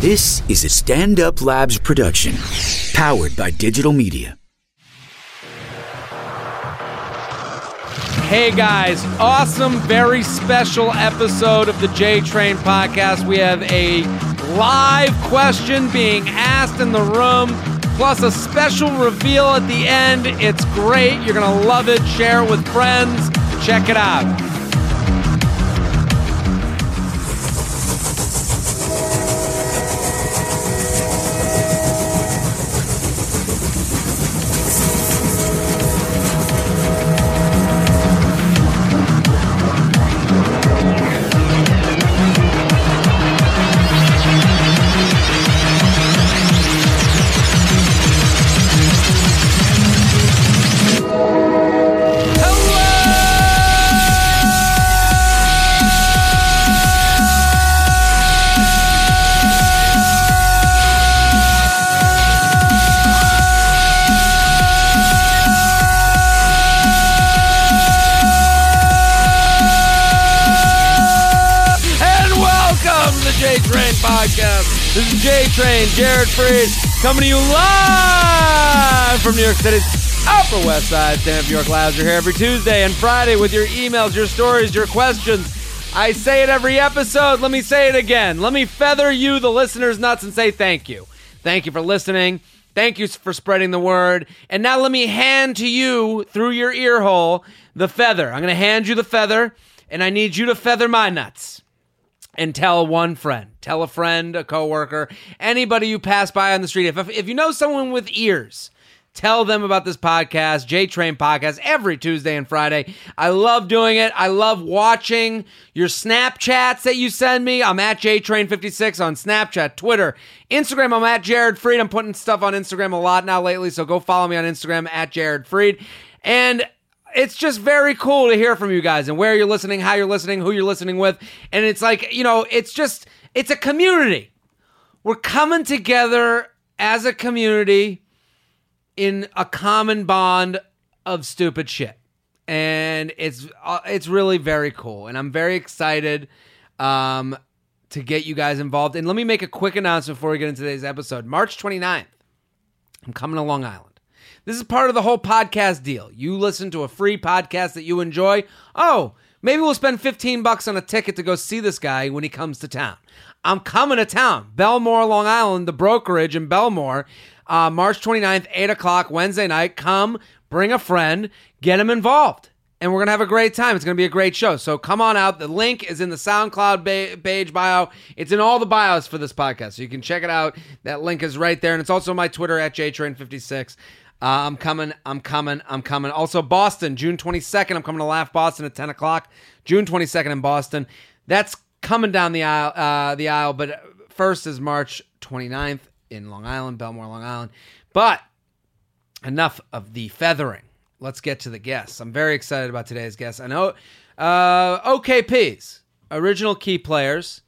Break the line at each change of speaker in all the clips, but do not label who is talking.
This is a Stand Up Labs production, powered by digital media.
Hey guys, awesome, very special episode of the J Train podcast. We have a live question being asked in the room, plus a special reveal at the end. It's great. You're going to love it. Share it with friends. Check it out. And welcome to the J Train Podcast. This is J Train, Jared Freed, coming to you live from New York City's Upper West Side, stand up New York Labs. You're here every Tuesday and Friday with your emails, your stories, your questions. I say it every episode. Let me say it again. Let me feather you, the listeners, nuts and say thank you. Thank you for listening. Thank you for spreading the word. And now let me hand to you through your ear hole the feather. I'm going to hand you the feather, and I need you to feather my nuts and tell one friend, tell a friend, a coworker, anybody you pass by on the street. If if you know someone with ears, tell them about this podcast, J Train Podcast, every Tuesday and Friday. I love doing it. I love watching your Snapchats that you send me. I'm at J Train 56 on Snapchat, Twitter, Instagram. I'm at Jared Freed. I'm putting stuff on Instagram a lot now lately, so go follow me on Instagram at Jared Freed. And it's just very cool to hear from you guys and where you're listening, how you're listening, who you're listening with. And it's like, you know, it's just, it's a community. We're coming together as a community in a common bond of stupid shit. And it's uh, it's really very cool, and I'm very excited um, to get you guys involved. And let me make a quick announcement before we get into today's episode. March 29th, I'm coming to Long Island. This is part of the whole podcast deal. You listen to a free podcast that you enjoy. Oh, maybe we'll spend 15 bucks on a ticket to go see this guy when he comes to town. I'm coming to town. Belmore, Long Island, the brokerage in Belmore, uh, March 29th, 8 o'clock, Wednesday night. Come, bring a friend, get him involved and we're gonna have a great time. It's gonna be a great show. So come on out. The link is in the SoundCloud ba- page bio. It's in all the bios for this podcast, so you can check it out. That link is right there, and it's also my Twitter at jtrain56. Uh, I'm coming. I'm coming. I'm coming. Also, Boston, June 22nd. I'm coming to Laugh Boston at 10 o'clock. June 22nd in Boston. That's coming down the aisle. Uh, the aisle, but first is March 29th in Long Island, Belmore, Long Island. But enough of the feathering. Let's get to the guests. I'm very excited about today's guests. I know uh, OKPs, original key players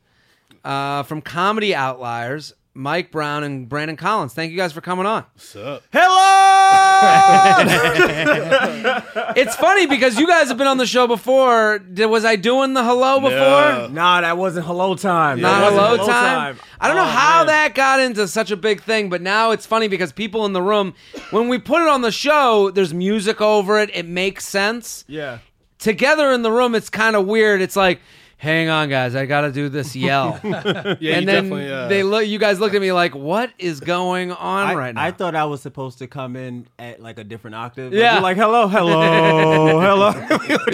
uh, from Comedy Outliers, Mike Brown and Brandon Collins. Thank you guys for coming on. Hello! it's funny because you guys have been on the show before. Did, was I doing the hello before?
Nah, that wasn't hello time.
Not
That
a
wasn't
low time. I don't know
Oh,
how
man.
that got into such a big thing, but now it's funny because people in the room, when we put it on the show, there's music over it. It makes sense.
Yeah.
Together in the room, it's kind of weird. It's like, hang on, guys, I got to do this yell.
Yeah,
and then they look. You guys looked at me like, what is going on
uh, I,
right now?
I thought I was supposed to come in at like a different octave.
Yeah.
Yeah. Like, hello, hello, hello.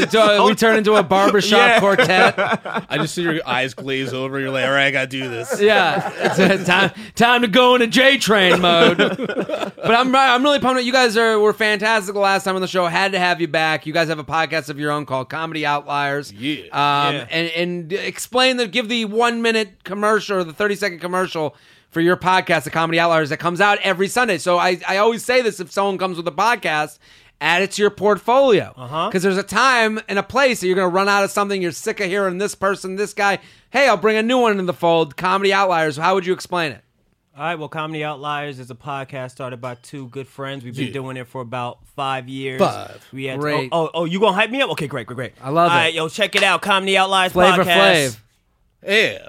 So we turn into a barbershop
Oh. Yeah.
quartet.
I just see your eyes glaze over. You're like, all right, I gotta do this.
Yeah, it's uh, time time to go into J train mode. but I'm I'm really pumped. You guys are were fantastic the last time on the show. Had to have you back. You guys have a podcast of your own called Comedy Outliers.
Yeah.
Um,
Yeah.
and and explain the give the one minute commercial or the thirty second commercial for your podcast, the Comedy Outliers, that comes out every Sunday. So I I always say this if someone comes with a podcast. Add it to your portfolio because there's a time and a place that you're going to run out of something. You're sick of hearing this person, this guy. Hey, I'll bring a new one into the fold. Comedy Outliers. How would you explain it?
All right, well, Comedy Outliers is a podcast started by two good friends. We've been
Yeah.
doing it for about five years.
Five.
We had
Great.
oh, oh, oh, you gonna hype me up? Okay, great, great, great. I
love it.
All right, yo, check it out, Comedy Outliers
Flavor
podcast.
Flav.
Yeah.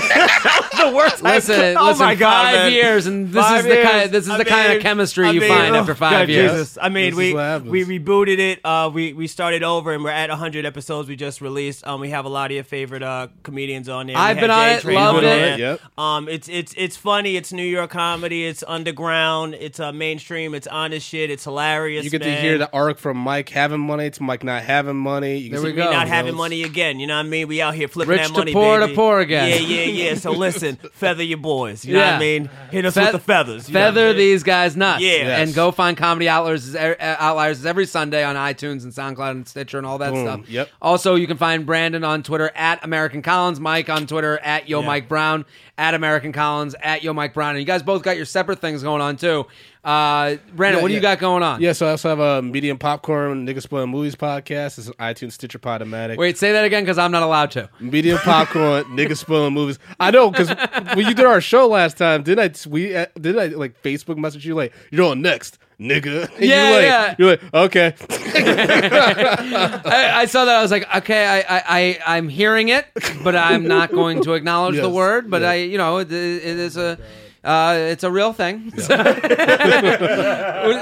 the worst. I-
Listen,
oh
listen.
my God,
five
man.
years, and this is
Five
the kind.
years.
this is
I
the kind
mean-
of chemistry
I
you
mean,
find
oh,
after five
God,
years.
Jesus. I mean,
This is what happens.
we we rebooted it. Uh, we we started over, and we're at 100 episodes. We just released. Um, we have a lot of your favorite uh comedians on there. We
I've
had
been on
Jay
it,
Train
loved
on
it.
there.
Yep.
Um, it's it's it's funny. It's New York comedy. It's underground. It's uh, mainstream. It's honest shit. It's hilarious.
You get to
man.
hear the arc from Mike having money to Mike not having money. You
There
can
we
see
go.
we not
Oh,
having
those-
money again. You know what I mean? We out here flipping
Rich
that
to
money,
poor to
baby.
poor again.
Yeah, yeah, yeah. So listen, feather your boys. You know what
Yeah.
I mean? Hit us
Fe-
with the feathers. you know what I
Feather
mean?
these guys nuts.
Yeah. Yes.
And go find Comedy Outliers, uh, Outliers every Sunday on iTunes and SoundCloud and Stitcher and all that
Boom.
stuff.
Yep.
Also, you can find Brandon on Twitter at American Collins, Mike on Twitter at Yo Mike Brown, at American Collins, at Yo Mike Brown. And you guys both got your separate things going on, too. Uh, Brandon,
Yeah,
what do you
yeah.
got going on?
Yeah, so I also have a Medium Popcorn Niggas Spoiling Movies podcast. It's an iTunes Stitcher Podomatic.
Wait, say that again because I'm not allowed to.
Medium Popcorn Niggas Spoiling Movies. I know because when you did our show last time, didn't I tweet? at- Didn't I like Facebook message you like you're on next, nigga? And
Yeah,
you're like,
yeah.
You're like okay.
I, I saw that. I was like, okay, I, I, I, I'm hearing it, but I'm not going to acknowledge the
Yes, Oh,
word. But
yes.
I, you know, it, it is a, uh, it's a real thing.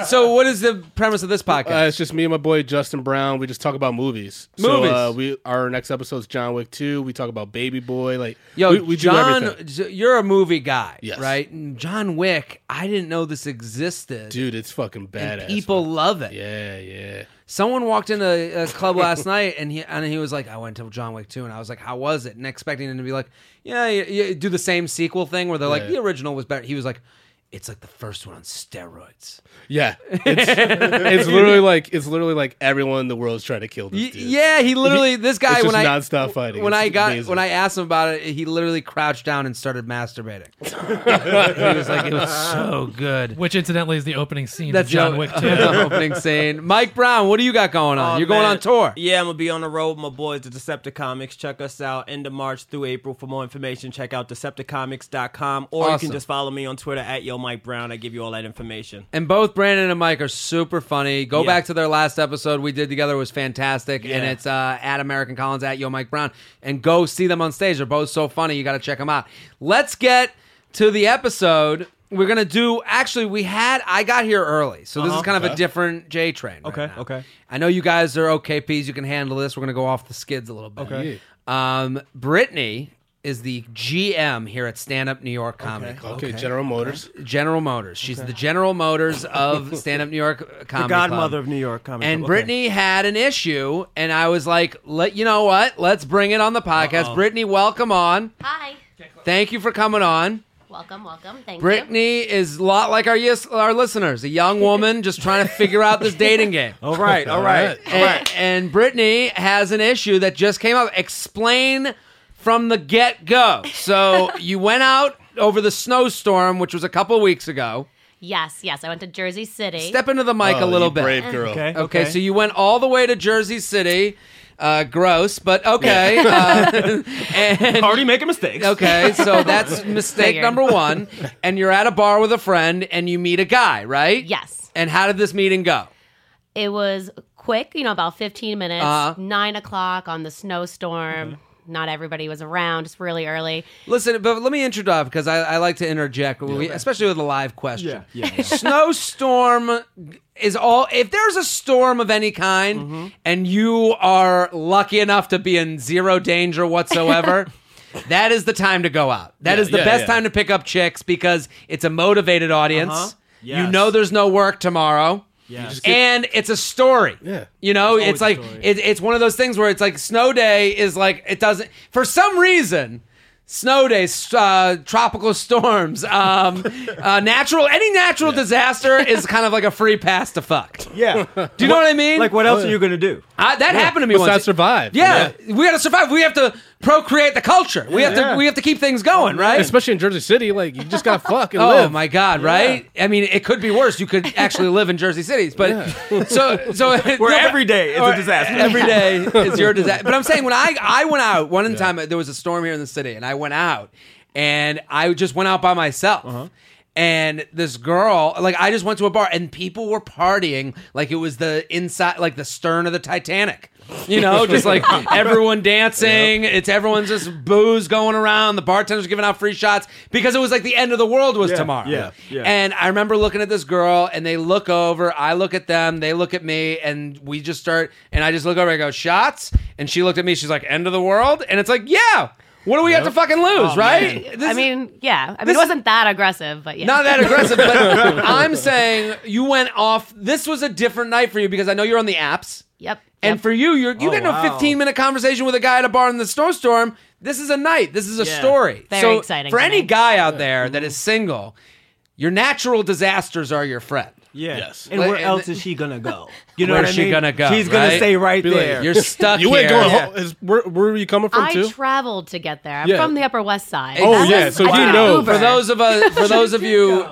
so, what is the premise of this
Uh,
podcast?
it's just me and my boy Justin Brown. We just talk about movies.
Movies.
So, uh, we our next episode's John Wick Two. We talk about Baby Boy. Like
Yo,
we, we do
John,
everything.
J- you're a movie guy,
Yes.
right? And John Wick. I didn't know this existed.
Dude, it's fucking
and
badass.
people love it.
Yeah, yeah.
Someone walked in a, a club last night and he and he was like, "I went to John Wick 2 and I was like, "How was it?" And expecting him to be like, "Yeah, yeah, yeah," do the same sequel thing where they're like,
Yeah.
"The original was better." He was like, "It's like the first one on steroids."
Yeah, it's, it's literally like it's literally like everyone in the world's trying to kill this
Y-
dude.
yeah, he literally this guy
It's
when
just
I
nonstop fighting.
when
It's
I got
amazing.
when I asked him about it, he literally crouched down and started masturbating. he was like, "It was so good."
Which incidentally is the opening scene
That's
of John
the-
Wick
the
2.
opening scene. Mike Brown, what do you got going on?
Oh,
Uh, You're going
man.
on tour.
Yeah, I'm gonna be on the road with my boys, the Decepticonics. Check us out end of March through April. For more information, check out Decepticonics.com or you
Awesome.
can just follow me on Twitter at Yo Mike Brown. I give you all that information.
And both Brandon and Mike are super funny. Go
Yeah.
back to their last episode we did together it was fantastic, and
Yeah.
it's uh, at American Collins at Yo Mike Brown. And go see them on stage; they're both so funny. You got to check them out. Let's get to the episode. We're gonna do. Actually, we had I got here early, so this is kind of a different J train. right
Uh-huh. Okay,
now.
okay.
I know you guys are OKPs. You can handle this. We're gonna go off the skids a little bit.
Okay.
Um, Brittany is the GM here at Stand Up New York Comedy Club.
okay, General Motors.
General Motors. She's the General Motors of stand up New York comedy.
The
Club.
godmother of New York comedy.
And
Club. Okay.
Brittany had an issue, and I was like, "Let you know what? Let's bring it on the podcast." Brittany, welcome on.
Hi.
Thank you for coming on.
Welcome, welcome. Thank you.
Brittany is a lot like our yes, our listeners, a young woman just trying to figure out this dating game.
All right, all right.
And, and Brittany has an issue that just came up. Explain from the get go. So you went out over the snowstorm, which was a couple weeks ago.
Yes, yes. I went to Jersey City.
Step into the mic
Oh,
a little
you
bit.
Brave girl.
Okay.
Okay, so you went all the way to Jersey City. Uh, gross, but okay. Uh, and
already making mistakes.
okay, so that's mistake
Figured.
number one. And you're at a bar with a friend, and you meet a guy, right?
Yes.
And how did this meeting go?
It was quick, you know, about 15 minutes,
Uh-huh. Mm-hmm.
nine o'clock on the snowstorm. Not everybody was around, it's really early.
Listen, but let me introduce because I, I like to interject, when we, especially with a live question. Snowstorm is all. If there's a storm of any kind,
Mm-hmm.
and you are lucky enough to be in zero danger whatsoever. That is the time to go out. That
Yeah,
is the
yeah,
best
yeah.
time to pick up chicks because it's a motivated audience.
Uh-huh.
You
Yes.
know there's no work tomorrow.
Yes.
And it's a story.
Yeah.
You know, it's like
a story.
it, it's one of those things where it's like snow day is like it doesn't for some reason snow days uh, tropical storms um, uh, natural any natural disaster is kind of like a free pass to fuck do
Yeah. Do
you know what i mean
Like, what else are you gonna do?
I, that happened to me
Must
once
not survive.
yeah, we gotta survive we have to procreate the culture we have
Yeah.
to we have to keep things going right
Especially in Jersey City, like you just gotta fuck and
Oh
live.
my God! Right? I mean, it could be worse. You could actually live in Jersey Cities, but so so no,
Where
but-
every day is a disaster.
Every day is your disaster. But I'm saying when I I went out one
Uh-huh.
time, there was a storm here in the city, and I went out, and I just went out by myself. and this girl, like I just went to a bar and people were partying like it was the inside, like the stern of the Titanic. You know, just like everyone dancing. It's everyone's just booze going around. The bartenders giving out free shots because it was like the end of the world was tomorrow.
yeah, yeah.
And I remember looking at this girl and they look over. I look at them. They look at me and we just start. And I just look over. I go shots. And she looked at me. She's like end of the world. And it's like yeah. What do we have to fucking
Oh,
lose, right? This
I
is-
mean, yeah. I mean,
this-
it wasn't that aggressive, but yeah.
not that aggressive, but I'm saying you went off. This was a different night for you because I know you're on the apps.
Yep.
And
yep.
for you, you're,
Oh,
you get in a 15 minute conversation with a guy at a bar in the snowstorm. This is a night. This is a
Yeah.
story.
Very
so
exciting
For
to
any
me.
guy out there that is single, your natural disasters are your friend.
Yeah.
Yes.
And where
Like, and-
else is she gonna go? You know
Where's
what I
she
mean?
gonna go,
She's gonna
right?
stay right
Be like,
there.
You're stuck
You
here.
ain't going home. Is, where, where are you coming from,
I
too?
traveled to get there. I'm
Yeah.
from the Upper West Side.
Oh,
That
yeah,
was-
so
I
you
took
know.
Uber.
For those of us, for those of you,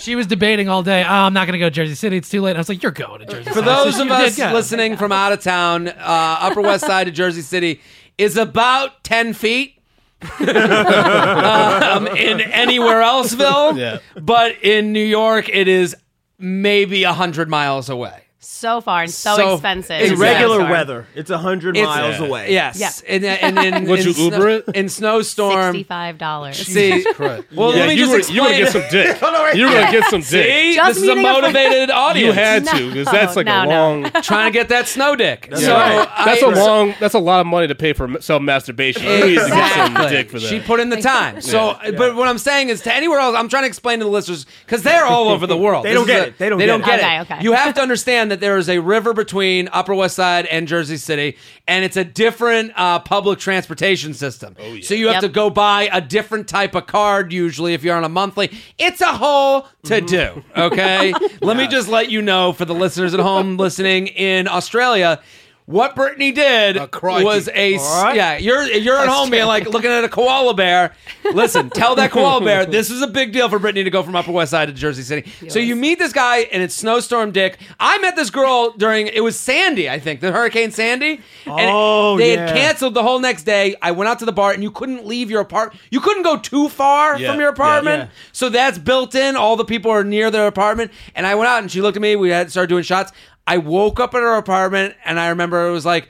She was debating all day. Oh, I'm not going to go to Jersey City. It's too late. I was like, you're going to Jersey City.
For
So
those
she
of
did
us
go.
listening from out of town, uh, Upper West Side of Jersey City is about 10 feet. um, in anywhere elseville,
Yeah.
but in New York, it is maybe hundred miles away.
so far and so,
So-
expensive.
It's
in regular
Snowstorm.
weather. It's hundred miles
Yeah.
away.
Yes,
Yeah.
and, and in,
Would
in
you
snow-
Uber it?
in snowstorm?
Sixty-five dollars.
See, well,
yeah,
let me
you
just
were,
explain.
you were gonna get some dick. you were gonna get some dick.
See,
Just
this is a
meeting a friend.
motivated audience.
You had
No,
to because that's like
no,
a
no.
long.
trying to get that snow dick.
Yeah.
so
Right. that's
a
a long. That's a lot of money to pay for self masturbation. You need to get some
Exactly.
dick for that.
She put in the time. So,
Yeah.
but what I'm saying is, to anywhere else, I'm trying to explain to the listeners because they're all over the world.
They
This
don't
is
get
a-
it. They don't
They
get
don't
it.
get
Okay,
it.
okay.
You have to understand that there is a river between Upper West Side and Jersey City, and it's a different uh, public transportation system. So you have
Yep.
to go buy a different type of card usually if you're on a monthly. It's a whole to do. Okay, let me just let you know for the listeners at home listening in Australia. What Brittany did
crikey.
was a
All right.
yeah. You're you're at home being like looking at a koala bear. Listen, tell that koala bear this is a big deal for Brittany to go from Upper West Side to Jersey City. So you meet this guy and it's snowstorm dick. I met this girl during it was Sandy, I think, the Hurricane Sandy. And
Oh,
they
yeah.
had canceled the whole next day. I went out to the bar and you couldn't leave your apartment. You couldn't go too far
Yeah,
from your
yeah,
apartment.
yeah.
So that's built in. All the people are near their apartment. And I went out and she looked at me. We had started doing shots. I woke up at her apartment and I remember it was like,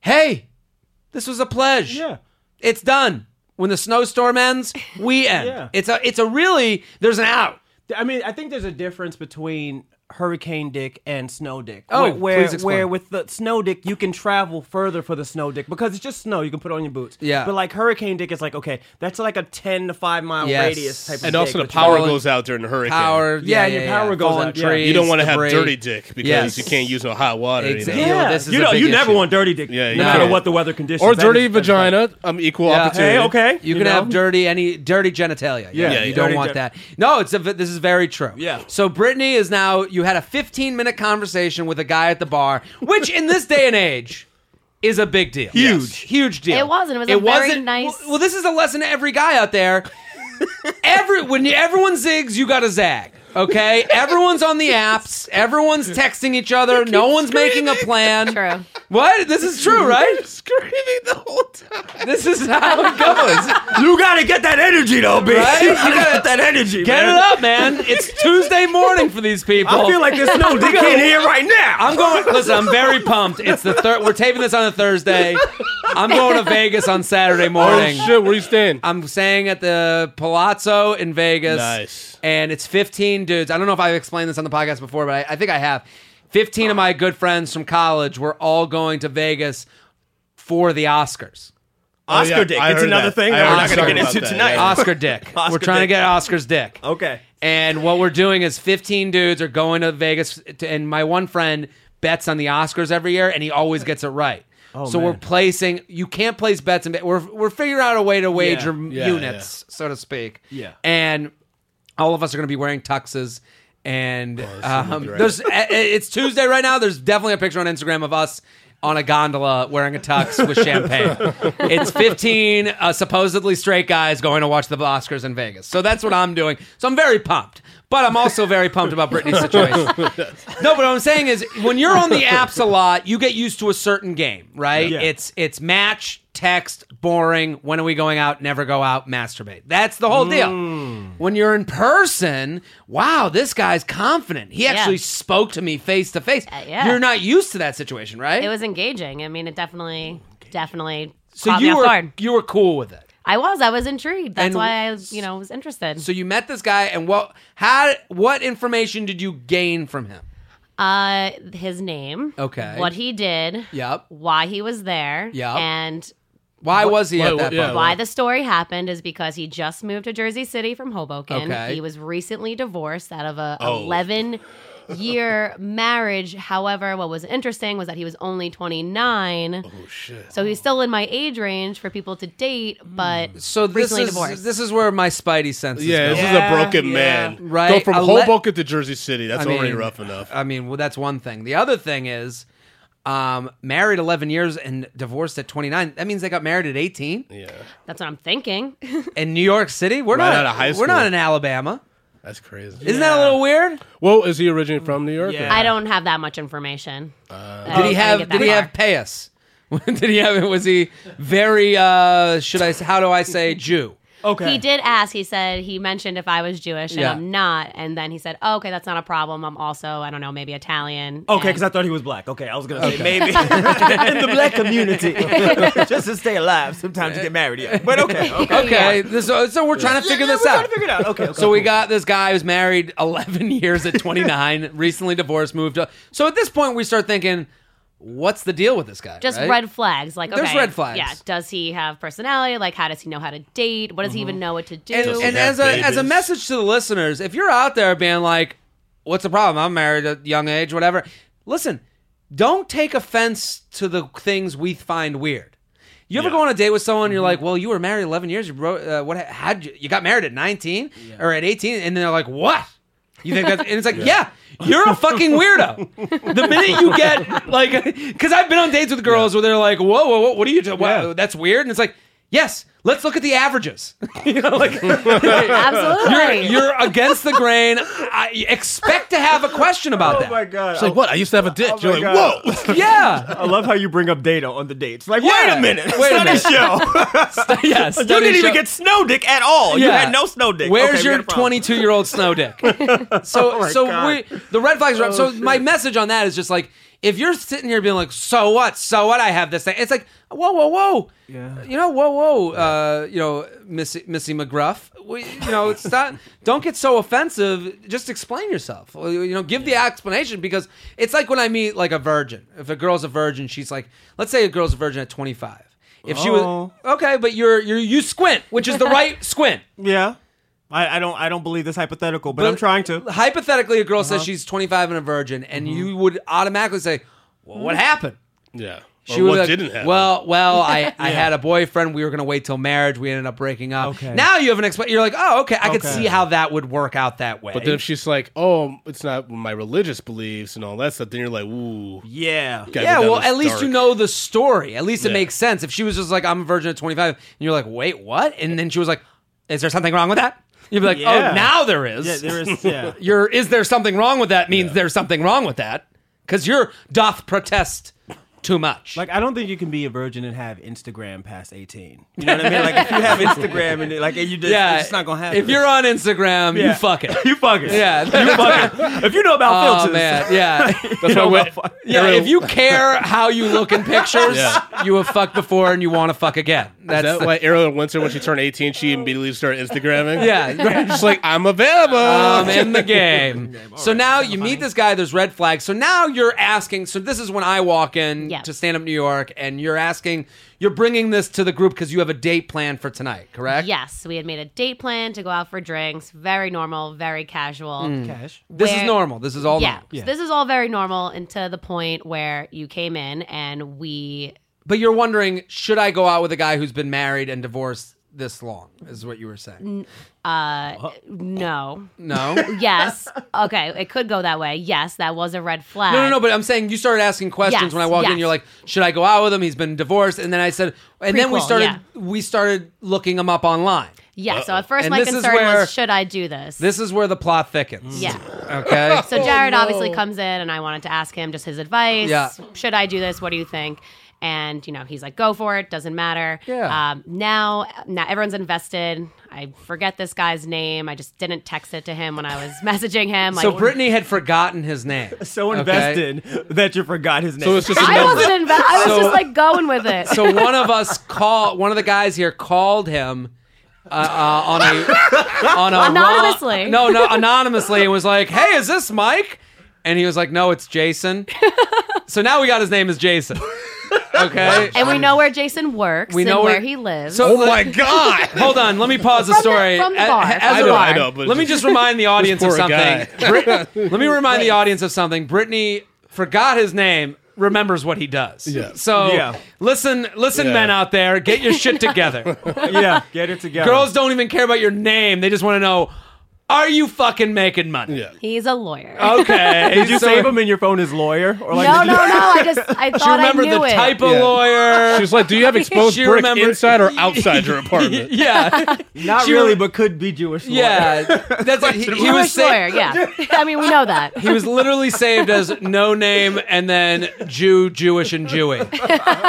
hey, this was a pledge.
Yeah.
It's done. When the snowstorm ends, we end.
Yeah.
It's a it's a really there's an out.
I mean, I think there's a difference between hurricane dick and snow dick.
Oh,
where where,
please explain.
where with the snow dick you can travel further for the snow dick because it's just snow. You can put on your boots.
Yeah.
But like hurricane dick is like okay, that's like a ten to five mile
Yes.
radius type. of
and
dick,
also the
but
power
you-
goes out during the hurricane.
Power, yeah,
Yeah, your power goes
Fallen
out, yeah.
Trees,
You don't want to have
debris.
dirty dick because
Yes.
you can't use no hot water. you know?
Exactly.
Yeah.
Yo, this is
you
a
know,
big
you
issue.
never want dirty dick.
Yeah, you
no matter
can't.
what the weather conditions.
Or
That
dirty
is-
vagina. Um, equal
Yeah.
opportunity.
Hey, okay.
You, can
know?
have dirty any dirty genitalia. Yeah,
Yeah,
you
yeah.
don't
Dirty
want
gen-
that. No, it's a, this is very true.
Yeah.
So Brittany is now. You had a 15 minute conversation with a guy at the bar, which in this day and age is a big deal.
Huge.
huge deal.
It was, and it was a very nice-
Well, well, this is a lesson to every guy out there. Every when you, everyone zigs, you got to zag. Okay, everyone's on the apps. Everyone's texting each other. No one's making a plan.
True.
What? This is true, right?
Screaming the whole time.
This is how it goes.
You gotta get that energy though, bitch.
Right?
You gotta get that energy.
Get
man.
it up, man. It's Tuesday morning for these people.
I feel like there's no dick in here right now.
I'm going. Listen, I'm very pumped. It's the third. We're taping this on a Thursday. I'm going to Vegas on Saturday
Oh
morning.
shit! Where you staying?
I'm staying at the Palazzo in Vegas.
Nice.
And it's 15 dudes. I don't know if I've explained this on the podcast before, but I, I think I have. 15 of my good friends from college were all going to Vegas for the Oscars.
Oscar dick.
I
it's
heard
another
that.
thing
I
that we're not
heard
gonna
that.
get
Sorry
into
about that,
tonight.
yeah.
Oscar dick.
Oscar
we're trying to
dick.
get Oscar's dick.
Okay.
And what we're doing is 15 dudes are going to Vegas, to, and my one friend bets on the Oscars every year, and he always gets it right.
Oh,
so we're placing. You can't place bets, and we're we're figuring out a way to wager
yeah,
units, so to speak.
Yeah.
And all of us are going to be wearing tuxes. And um, there's i- i- it's Tuesday right now. There's definitely a picture on Instagram of us on a gondola wearing a tux with champagne. it's 15 uh, supposedly straight guys going to watch the Oscars in Vegas. So that's what I'm doing. So I'm very pumped, but I'm also very pumped about Britney's situation. No, but what I'm saying is when you're on the apps a lot, you get used to a certain game, right?
Yeah.
It's it's match text, boring. When are we going out? Never go out. Masturbate. That's the whole
Hmm.
deal. When you're in person, wow, this guy's confident. He actually spoke to me face to face.
Uh, yeah.
You're not used to that situation, right?
It was engaging. I mean, it definitely, definitely
so
caught me
you
off
were
guard.
you were cool with it.
I was. I was intrigued. That's
And-
why I, you know, was interested.
So you met this guy, and what how what information did you gain from him?
uh, his name.
Okay.
What he did.
Yep.
Why he was there.
Yep.
And
Why was he at
Why-
that?
yeah,
bar?
why the story happened is because he just moved to Jersey City from Hoboken.
Okay.
He was recently divorced out of a 11 year marriage. However, what was interesting was that he was only 29. Oh shit. So he's still in my age range for people to date,
Hmm.
but
So this
recently
is
divorced.
this is where my spidey senses.
Yeah,
go.
this
Yeah,
is a broken
yeah.
man. Go
Right,
from
a le- uh,
Hoboken to Jersey City. That's already rough enough.
I mean, well, that's one thing. The other thing is, um, married eleven years and divorced at twenty nine. That means they got married at eighteen
that's what I'm thinking.
in New York City. We're
Right
not
out of high
We're not
school.
in Alabama.
That's crazy.
Isn't that a little weird?
well, is he originally from New York? or-
Yeah.
I don't have that much information. I
Did
didn't
he
get
have?
that
Uh, Did he
far.
have payas? did he have? Was he very? uh Should I? How do I say Jew?
Okay.
He did ask. He said he mentioned if I was Jewish and
Yeah.
I'm not, and then he said, oh, "Okay, that's not a problem. I'm also, I don't know, maybe Italian."
Okay,
And-
because I thought he was black. Okay, I was gonna say maybe in the black community, just to stay alive. Sometimes you get married, yeah. But okay, okay,
Okay, this, so we're trying to figure
Yeah,
this
we're
out.
trying to figure it out. Okay, okay,
so we
cool.
got this guy who's married 11 years at 29, recently divorced, moved up. So at this point, we start thinking, what's the deal with this guy?
just
right?
red flags. Like,
There's
okay,
red flags.
Yeah. Does he have personality? Like, how does he know how to date? What does he even know what to do?
Mm-hmm. And,
Does he
and
have
as a as a
babies?
message to the listeners, if you're out there being like, "What's the problem? I'm married at a young age, whatever." Listen, don't take offense to the things we find weird. You ever go on a date with someone?
Mm-hmm.
You're like, "Well, you were married 11 years. You bro, uh, what had you? You got married at 19 or at 18?" And they're like, "What?" You think that's, and it's like, yeah. you're a fucking weirdo. The minute you get like, because I've been on dates with girls where they're like, whoa, whoa, whoa what are you doing? Wow, that's weird. And it's like, yes, let's look at the averages. you know, like,
Absolutely.
you're, you're against the grain. I expect to have a question about
Oh
that.
my god!
It's like, what? I used to have a dick. You're like,
my
whoa.
Yeah.
I love how you bring up data on the dates. Like,
Yeah.
wait a minute,
Wait a
study
minute.
show.
Yes.
you didn't even get snow dick at all. Oh, You had no snow dick.
Where's
Okay, we
your
got a problem.
22 year old snow dick? So, so
God.
we, the red flags are up. so my message on that is just like, if you're sitting here being like, so what, so what, I have this thing. It's like, whoa, whoa, whoa. Yeah. You know, whoa, whoa. Uh, you know, Missy, Missy McGruff. We, you know, it's not. Don't get so offensive. Just explain yourself. Well, You know, give the explanation because it's like when I meet like a virgin. If a girl's a virgin, she's like, let's say a girl's a virgin at 25. If she was
Oh.
okay, but you're you're you squint, which is the right squint.
Yeah, I, I don't. I don't believe this hypothetical, but, I'm
But
trying to.
Hypothetically, a girl
Uh-huh.
says she's 25 and a virgin, and
Mm-hmm.
you would automatically say, well, "What happened?"
Yeah.
She
or
would
what
be like,
didn't happen?
Well, well, I, I had a boyfriend. We were going to wait till marriage. We ended up breaking up.
Okay.
Now you have an explanation. You're like, "Oh, okay, I could
Okay.
see how that would work out that way."
But then if she's like, oh, it's not my religious beliefs and all that stuff, then you're like, ooh.
Yeah.
gotta
yeah,
go down
well,
this
at least
dark-
you know the story. At least it
Yeah.
makes sense. If she was just like, "I'm a virgin at 25," and you're like, "Wait, what?" And then she was like, "Is there something wrong with that?" You'd be like,
Yeah.
"Oh, now there is."
Yeah, there is. Yeah.
your is there something wrong with that means there's something wrong with that because your doth protest too much
Like I don't think you can be a virgin and have Instagram past eighteen. You know what I mean? Like if you have Instagram and it- like and you just, it's just not gonna happen.
if you're on instagram you
Yeah.
fuck it
you fucking
yeah
you fucking. If you know about
oh
filters,
man yeah
That's why when-
yeah
Ariel,
if you care how you look in pictures
Yeah.
you have fucked before and you want to fuck again
Is
that's
that
the-
why Ariel Winter, when she turned 18, she immediately started Instagramming?
yeah
She's like, I'm available.
Um,
I'm in the game. so now you meet this guy. There's red flags. So now you're asking. So this is when I walk in
Yeah.
to stand up New York, and you're asking. You're bringing this to the group because you have a date plan for tonight, correct?
yes, we had made a date plan to go out for drinks. Very normal, very casual.
Mm.
Cash.
This is
Where-
normal. This is all
Yeah.
normal.
So this is all very normal, and to the point where you came in and we.
But you're wondering, should I go out with a guy who's been married and divorced this long? Is what you were saying.
Uh, no.
No. no,
Yes. Okay. It could go that way. Yes, that was a red flag.
no, no. But I'm saying you started asking questions
Yes,
when I walked in.
yes.
You're like, should I go out with him? He's been divorced, and then I said, and then we
Prequel,
started.
yeah.
We started looking him up online.
Yeah. So at first,
And
my
this is
concern
where-
was, should I do this?
This Oh, is where the plot thickens.
Yeah.
Okay.
So Jared obviously comes in, and I wanted to ask him just his advice.
Yeah.
Should I do this? What do you think? And you know he's like, "Go for it, doesn't matter."
Yeah.
Um, now, now everyone's invested. I forget this guy's name. I just didn't text it to him when I was messaging him. Like,
So Brittany had forgotten his name.
So invested that you forgot his name.
So it's just a
I
number.
wasn't invested. I was
So-
just like going with it.
So one of us called. One of the guys here called him uh, uh, on a on a wrong-
Anonymously.
no, no, anonymously, and was like, "Hey, is this Mike?" And he was like, "No, it's Jason." so now we got his name is Jason. Okay.
and we know where Jason works.
We know
and
where-
where, he lives.
So
Oh my god!
Hold on, let me pause the
From the-
story.
from the
A-
bar,
As
from
a
the
bar.
bar. I
know, but
let me just remind the audience of
poor
something.
guy.
Brit- let me remind the audience of something. Brittany forgot his name. Remembers what he does.
Yeah.
So
Yeah.
listen, listen,
Yeah.
men out there, get your shit together.
yeah, get it together.
Girls don't even care about your name; they just want to know, are you fucking making money?
Yeah.
He's a lawyer.
Oh Okay.
did you
so-
save him in your phone as lawyer or like?
no,
did
no, no. I just I
She
thought I
remembered
knew
the
it.
type of
Yeah.
lawyer.
She's like, do you have exposed
She
brick
remembered-
inside or outside your apartment?
yeah,
you- not
she
really,
re-
but could be Jewish. lawyer.
yeah. That's like, he, he
Jewish
was saying.
lawyer. Yeah. I mean, we know that.
He was literally saved as no name and then Jew, Jewish, and Jewy.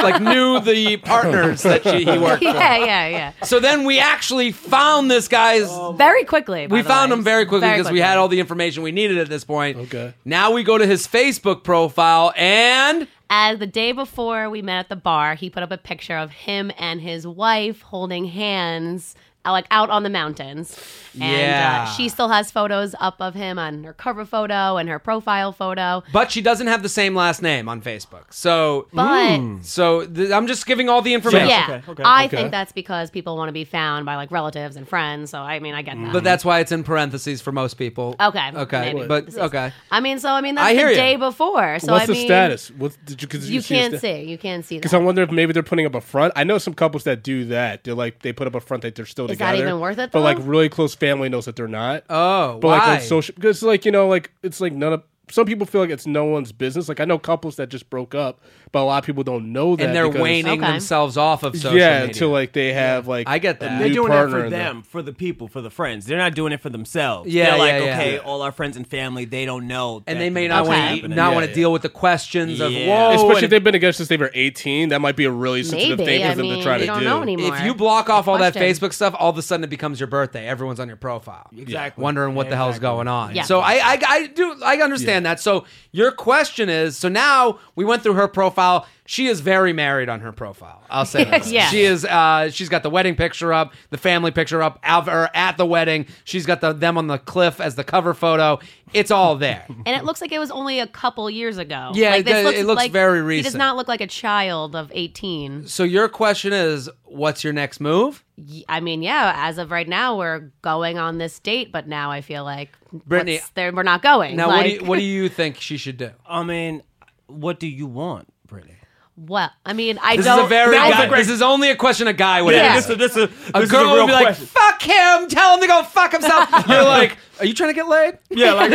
Like knew the partners that she, he worked.
Yeah, yeah, yeah.
So then we actually found this guy's.
Oh
Very quickly. by
we
the
found
way.
him very quickly because we had all the information we needed at this point.
Okay.
Now we go to his Facebook profile and
As the day before we met at the bar, he put up a picture of him and his wife holding hands, uh, like out on the mountains. And
Yeah.
uh, she still has photos up of him on her cover photo and her profile photo.
but she doesn't have the same last name on Facebook. So hmm.
But
so th- I'm just giving all the information.
yeah,
okay, okay,
I
okay.
think that's because people want to be found by like relatives and friends. So I mean, I get that.
But that's why it's in parentheses for most people.
Okay,
Okay.
maybe.
But
This is-
okay.
I mean, so I mean that's
I hear
the
ya.
day before. So
What's
I
the
mean,
status? What did you? Cause
You
you see a
can't
sta-
see. You can't see
Because I
that.
wonder if maybe they're putting up a front. I know some couples that do that. They're like they put up a front that they're still
Is that
together.
even worth it,
But like
though?
really close family knows that they're not.
Oh,
but
why?
like on social, because like you know, like it's like none of. Some people feel like it's no one's business. Like I know couples that just broke up, but a lot of people don't know that.
and they're
because-
waning
Okay.
themselves off of social
yeah,
media.
until like they have like
I get
a
that.
new
They're
They're doing it
partner
for
in
them, for the people, for the friends. They're not doing it for themselves.
Yeah,
They're like,
yeah, yeah.
okay,
Yeah.
all our friends and family, they don't know.
and
that
they may
this
not
is
want to
happening.
not
Yeah,
want to
yeah.
deal with the questions of
Yeah.
whoa.
Especially
Oh, and
if they've been together since they were 18, that might be a really sensitive
Maybe.
thing for
I
them
mean,
to try
we
to
don't
do.
know anymore.
if you block off all that
Question.
Facebook stuff, all of a sudden it becomes your birthday. Everyone's on your profile,
Exactly.
wondering what the hell's going on.
Yeah.
So I, I, I do, I understand that. So your question is, so now we went through her profile. She is very married on her profile. I'll say that.
Yeah.
She is. Uh, she's got the wedding picture up, the family picture up, av- or at the wedding. She's got the them on the cliff as the cover photo. It's all there.
And it looks like it was only a couple years ago.
Yeah,
like, this
it- it looks
like-
very
He does
recent.
not look like a child of eighteen.
so your question is, what's your next move?
Y- I mean, yeah. As of right now, we're going on this date, but now I feel like
Brittany-
what's there we're not going.
Now, what, do
like,
you, what do you think she should do?
I mean, what do you want, Brittany?
well, I mean, I
This
don't.
is a very
I,
guy, this is only a question a guy would
Yeah,
ask.
this is-
this is
a girl would be like, "Fuck him! Tell him to go fuck himself." You're like, "Are you trying to get laid?"
yeah, like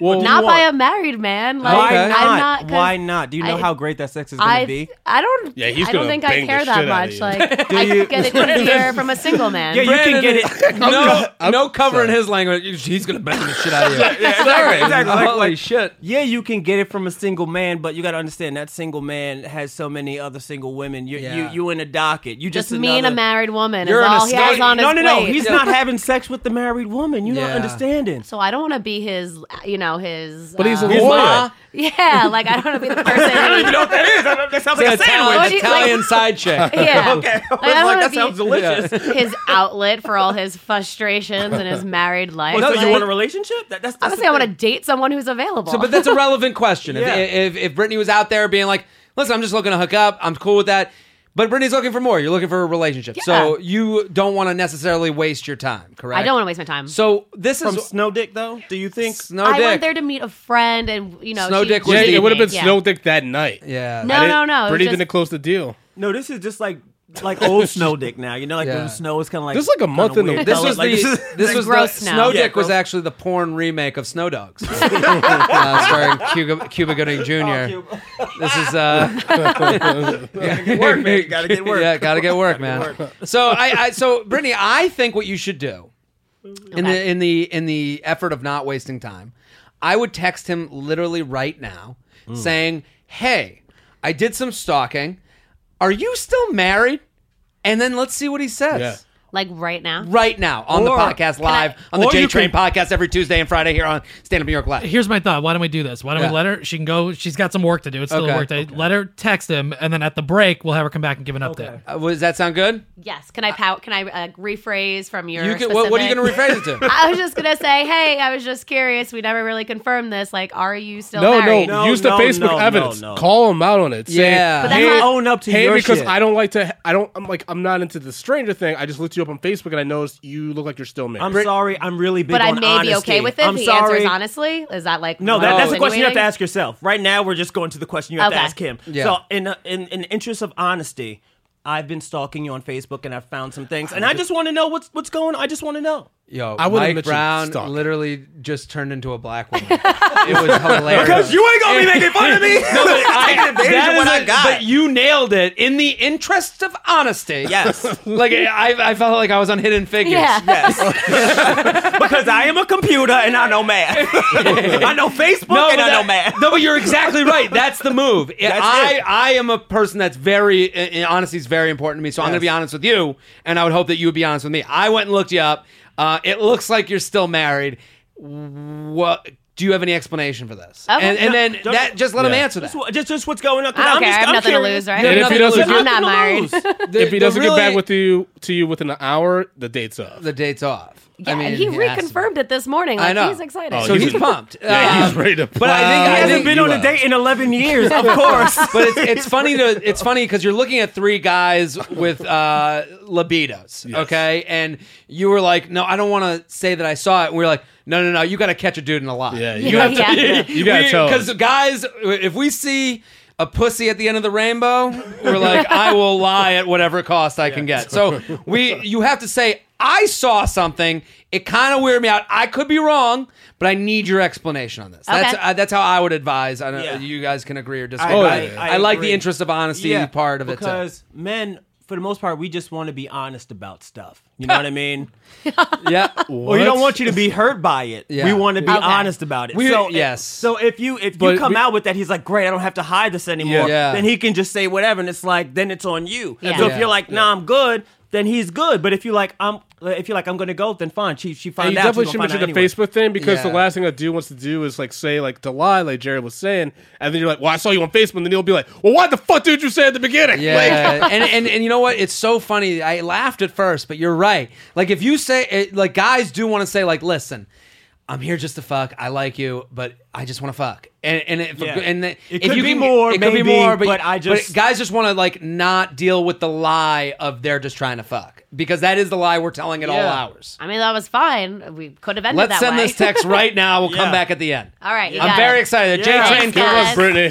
not by a married man. Like,
Why
Okay.
not?
I'm not 'cause
Why not? Do you know
I-
how great that sex is going to
I
be?
I don't.
Yeah, he's
I don't
gonna
think I
bang the
care that
shit outta
much.
you.
Like, I could get it easier from a single man.
Yeah, you can get it.
No, no cover in his language. He's gonna bang the shit out of you. Sorry.
exactly. Like-
Holy
like-
shit.
Yeah, you can get it from a single man, but you got to understand that single man has so many other single women. You
Yeah.
you you in a docket. You just,
just me and a
another-
married woman
You're
is
in a
all he has
state-
on his
No, no, no.
plate.
He's not having sex with the married woman. You're
Yeah.
not understanding.
So I don't want to be his, you know, his.
But he's a
uh,
lawyer.
Ma,
yeah, like I don't want to be the person.
know what that is. That, that sounds
Italian,
What do you-
Italian
like-
side chick.
Okay.
yeah,
I was
Like, I don't
like,
wanna
that
be-
sounds delicious.
his outlet for all his frustrations and his married life.
Well, so
like,
you want a relationship? That, that's, that's
honestly, I want to date someone who's available.
So, but that's a relevant question. If,
Yeah.
if if Brittany was out there being like, "Listen, I'm just looking to hook up. I'm cool with that." But Brittany's looking for more. You're looking for a relationship. So you don't want to necessarily waste your time, correct?
I don't want to waste my time.
So this
From
is
Snow Dick, though? Do you think?
Snow
I
Dick.
went there to meet a friend, and you know,
Snow
she-
Dick was
Yeah,
she
the-
it
did
would have been
me, yeah.
Snow Dick that night.
yeah.
No, no, no. it was
Brittany
just-
didn't close the deal.
No, this is just like like old Snow Dick now. You know, like
Yeah.
when snow is kind of like
This is like a
kinda
month in the-
weird
This
color.
was
Like,
the this
the
was the
gross
Snow,
snow.
Yeah,
Dick was
gross.
actually the porn remake of Snow Dogs, uh, starring Cuba, Cuba Gooding Jr.
Oh,
This is uh, gotta get
work, man. Gotta get work.
yeah, gotta get work, man. So I, I, so Brittany, I think what you should do in the
Okay.
in the in the effort of not
Mm.
wasting time, I would text him literally right now saying, "Hey, I did some stalking. Are you still married? And then let's see what he says.
Yeah.
Like right now.
Right now on the
Or-
podcast live
Can
on the
or you
J Train
can-
podcast every Tuesday and Friday here on Stand Up New York Live.
Here's my thought. Why don't we do this? Why don't
Yeah.
we let her? She can go. She's got some work to do. It's still
Okay.
a work day. Let her text him, and then at the break, we'll have her come back and give an update.
Uh, well, does that sound good?
Yes. Can I pow- Can I uh, rephrase from your?
You can, what, what are you going to
specific-
rephrase it to?
I was just gonna say, hey, I was just curious. We never really confirmed this. Like, are you still
No, no,
married?
No,
Use the
no,
Facebook
no, no,
evidence.
no.
Call him out on it. Say,
Yeah. But
that's
hey,
not-
Own up to
hey,
your
because
shit.
I don't like to. I don't. I'm like I'm not into the stranger thing. I just looked you up on Facebook and I noticed you look like you're still married.
I'm sorry. I'm really big
But I
on
may
honesty.
be okay with it.
I'm
if he
sorry.
answers honestly. Is that like
No,
what
that,
I'm
Oh.
that's a question you have to
insinuating?
ask yourself. Right now, we're just going to the question you have to
Okay.
ask him.
Yeah.
So, in, in in the interest of honesty, I've been stalking you on Facebook and I've found some things, and I just want to know what's what's going. on. I just want to know.
Yo,
I wouldn't
Mike
let you
Brown
stalk.
literally just turned into a black woman. it was hilarious.
ain't gonna be making fun of me.
No, but I, that
of what
is
I
a-
got.
But you nailed it in the interest of honesty.
Yes.
Like I, I felt like I was on Hidden Figures.
Yeah.
Yes. because I am a computer and I know math. I know Facebook
No, but
and I
that-
know math.
no, but you're exactly right. That's the move. I,
it.
I am a person that's very, uh, uh, honesty is very important to me. So I'm going
Yes.
to be honest with you, and I would hope that you would be honest with me. I went and looked you up. Uh, it looks like you're still married. What? Do you have any explanation for this?
Okay.
And, and then
Don't-
that, just let him
Yeah.
answer that.
Just, what- just, just what's going on? 'Cause
I don't
I'm
care.
Just,
I have
am
nothing to
curious.
lose, right?
You have
And if
nothing
he
to
doesn't
lose.
get-
I'm not married.
Nothing to lose.
The-
if
the
he doesn't get back
really-
with you to you within an hour, the date's up.
the date's off.
Yeah, and he
has to be.
reconfirmed it this morning. Like,
I know.
He's excited.
Oh,
So
he's
he's
a-
pumped.
yeah,
Um,
he's ready to.
But I think
He
I
hasn't
think
been
you
on a
are.
date in 11 years, of course.
but it's, it's funny to it's funny because you're looking at three guys with uh, libidos, okay? And you were like, "No, I don't want to say that I saw it." And we were like, "No, no, no, you got to catch a dude in a lie."
Yeah,
Yeah,
have to-
yeah.
you gotta tell him.
because guys, if we see a pussy at the end of the rainbow, we're like, "I will lie at whatever cost I can get." So we, you have to say. I saw something. It kind of weirded me out. I could be wrong, but I need your explanation on this. That's
Okay.
uh, that's how I would advise. I don't.
Yeah.
You guys can agree or disagree.
Oh,
but
yeah, yeah.
I, I like the
agree.
interest of honesty part of it. too.
Because men, for the most part, we just want to be honest about stuff. You know what I mean?
Yeah.
Well, we don't want you to be hurt by it.
Yeah.
We want to be
Okay.
honest about it.
We-
so
yes.
So if you if
But
you come
we-
out with that, he's like, great, I don't have to hide this anymore.
Yeah.
Then he can just say whatever, and it's like, then it's on you.
Yeah.
So
Yeah.
if you're like, nah, I'm good, then he's good. But if you like, I'm if you're like, I'm gonna go, then fine. She she
And
found
you
out.
definitely
she's
should
gonna
mention
find out
the
anyway.
Facebook thing because the
Yeah.
last thing a dude wants to do is like say like to lie, like Jared was saying, and then you're like, "Well, I saw you on Facebook," and then he'll be like, "Well, why the fuck did you say at the beginning?" Like,
Yeah, and, and and you know what? It's so funny. I laughed at first, but you're right. Like if you say, it, like guys do want to say, like, listen, I'm here just to fuck. I like you, but I just want to fuck. And and if,
Yeah.
and
It
if
could
you
be
can-
more,
it could
maybe,
be more. But,
but I just-
guys just want to like not deal with the lie of they're just trying to fuck because that is the lie we're telling at all
Yeah.
hours.
I mean, that was fine. We could have ended
Let's
that
send
way.
this text right now. We'll
Yeah.
come back at the end.
All right, you
I'm
got
very
it.
excited.
Yeah.
J Train
Thanks, guys.
first.
Brittany,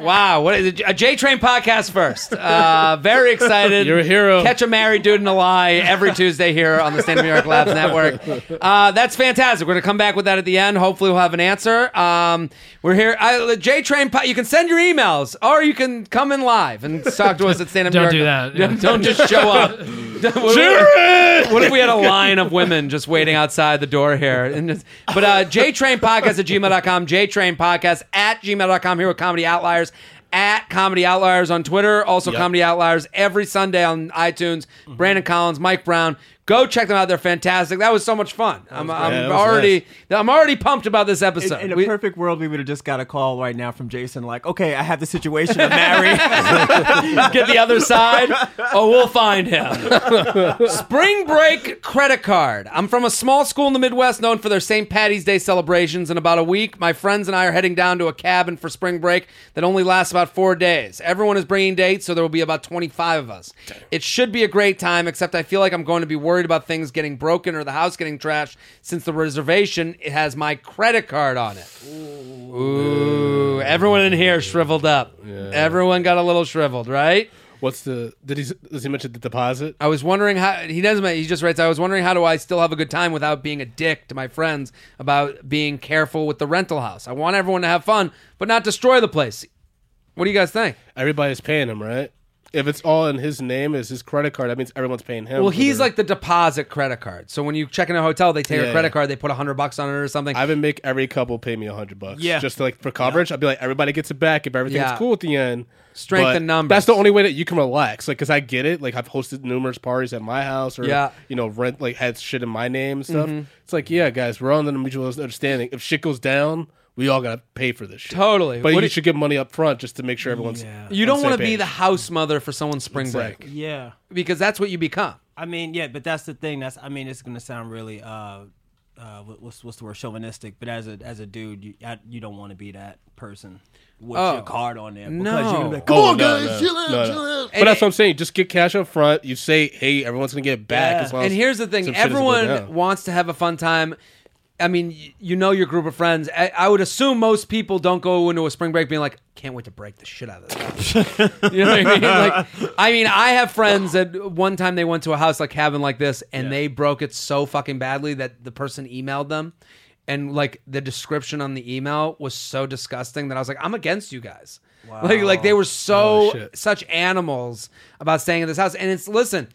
Wow, what is it? A J Train podcast first. Uh, very excited.
You're a hero.
Catch a married dude in a lie every Tuesday here on the State of New York Labs Network. Uh, that's fantastic. We're gonna come back with that at the end. Hopefully, we'll have an answer. Um, we're here. I, J Train. Po- you can send your emails, or you can come in live and talk to us at Stand Up.
Don't
New
do
York.
that, yeah.
Don't- Don't just show up.
Jared!
What if we had a line of women just waiting outside the door here? And just, but uh, jtrainpodcast at gmail.com, jtrainpodcast at gmail.com here with Comedy Outliers, at Comedy Outliers on Twitter, also Comedy Outliers every Sunday on iTunes.
Mm-hmm.
Brandon Collins, Mike Brown. Go check them out. They're fantastic. That was so much fun. I'm, I'm
Yeah, that was
already I'm already pumped about this
In,
episode.
in a
We-
perfect world, we would have just got a call right now from Jason, like, okay, I have the situation. I'm married.
get the other side. Oh, we'll find him. Spring break credit card. I'm from a small school in the Midwest known for their St. Patty's Day celebrations. In about a week, my friends and I are heading down to a cabin for spring break that only lasts about four days. Everyone is bringing dates, so there will be about 25 of us. It should be a great time, except I feel like I'm going to be worried about things getting broken or the house getting trashed since the reservation has my credit card on it. Ooh, everyone in here shriveled up. Everyone got a little shriveled, right?
what's the? Did he? Does he mention the deposit?
I was wondering how he doesn't. He just writes. I was wondering how do I still have a good time without being a dick to my friends about being careful with the rental house. I want everyone to have fun, but not destroy the place. What do you guys think?
Everybody's paying him, right? if it's all in his name, is his credit card, that means everyone's paying him.
Well,
for
he's
their-
like the deposit credit card. So when you check in a hotel, they take
Yeah,
a credit
yeah.
card, they put a hundred bucks on it or something.
I would make every couple pay me a hundred bucks.
Yeah.
Just to, like for coverage. I'd be like, everybody gets it back if everything's
Yeah.
cool at the end.
Strength
But
in numbers.
That's the only way that you can relax. Like, cause I get it. Like I've hosted numerous parties at my house or,
Yeah. Mm-hmm.
you know, rent, like had shit in my name and stuff. It's like, yeah, guys, we're on the mutual understanding. If shit goes down, we all got to pay for this shit.
Totally.
But
What
you
do-
should give money up front just to make sure everyone's.
you don't
want
want to be the house mother for someone's spring
Exactly.
break
Yeah.
because that's what you become.
I mean, yeah, but that's the thing. That's I mean, it's gonna sound really uh, uh, what- what's what's the word chauvinistic? But as a as a dude, you I, you don't want to be that person with your card on there. Because
Oh. No.
you're gonna be like,
Come
"Come
on, guys, chill out, chill out. But that's what I'm saying. Just get cash up front. You say, hey, everyone's gonna get it back.
Yeah.
As long
And
as
here's the thing:
some shit doesn't go
everyone
down.
wants to have a fun time. I mean, y- you know your group of friends. I, I would assume most people don't go into a spring break being like, "Can't wait to break the shit out of this." house." you know what I mean? Like, I mean, I have friends that one time they went to a house like cabin like this, and they broke it so fucking badly that the person emailed them, and like the description on the email was so disgusting that I was like, "I'm against you guys." Like, like they were so such animals about staying in this house, and it's listen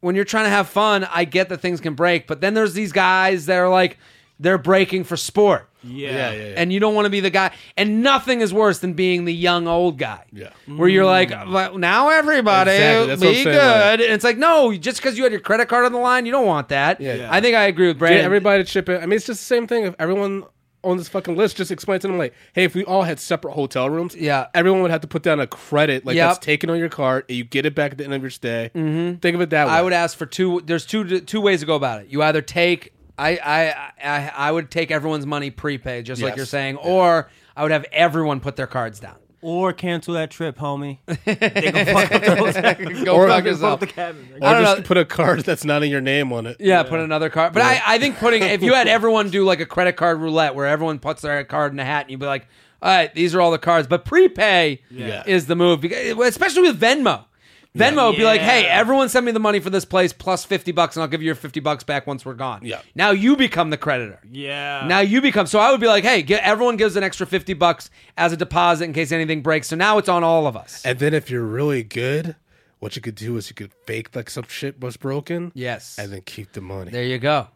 when you're trying to have fun, I get that things can break, but then there's these guys that are like they're breaking for sport.
Yeah.
Yeah, yeah, yeah.
And you don't want to be the guy and nothing is worse than being the young old guy.
Yeah.
Where you're like, "Well, now everybody
Exactly, that's what
be
I'm
good.
saying, like-
and it's like, no, just because you had your credit card on the line, you don't want that.
Yeah.
I think I agree with
Get
Brandon.
everybody to chip in. I mean, it's just the same thing. If everyone on this fucking list just explain to them, like, hey, if we all had separate hotel rooms,
Yeah.
everyone would have to put down a credit, like
Yep.
that's taken on your card, and you get it back at the end of your stay. Mm-hmm. Think of it that way.
I would ask for two. There's two two ways to go about it. You either take I I I, I would take everyone's money prepaid, just like
Yes.
you're saying, or I would have everyone put their cards down.
Or cancel that trip, homie. they gonna fuck up the hotel.
Go
Or-
fuck
Fuck
yourself.
the cabin.
or
I don't
just
know.
put a card that's not in your name on it.
Yeah, put another card. But I, I think putting if you had everyone do like a credit card roulette where everyone puts their card in a hat and you'd be like, all right, these are all the cards, but prepay
Yeah.
is the move, Because- especially with Venmo. Venmo would be like, hey,
Yeah.
everyone send me the money for this place plus fifty bucks, and I'll give you your fifty bucks back once we're gone.
Yeah.
Now you become the creditor.
Yeah.
Now you become so I would be like, hey, get, everyone gives an extra fifty bucks as a deposit in case anything breaks. So now it's on all of us.
And then if you're really good, what you could do is you could fake like some shit was broken.
Yes.
And then keep the money.
there you go.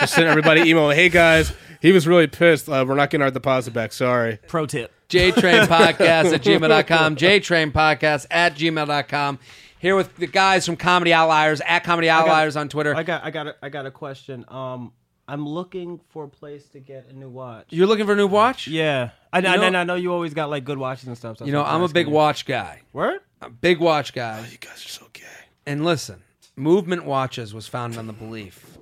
Just send everybody email. Hey guys, he was really pissed. Uh, we're not getting our deposit back. Sorry.
Pro tip.
JTrain Podcast at gmail.com. JTrain Podcast at gmail.com. Here with the guys from Comedy Outliers at Comedy Outliers on Twitter.
I got I got a, I got a question. Um, I'm looking for a place to get a new watch.
You're looking for a new watch?
yeah, I, I,
know-
and I know you always got like good watches and stuff. so
You
that's
know,
what
I'm a
asking
big
you.
watch guy.
Word.
A big watch guy.
You guys are so gay.
And listen, Movement Watches was founded on the belief.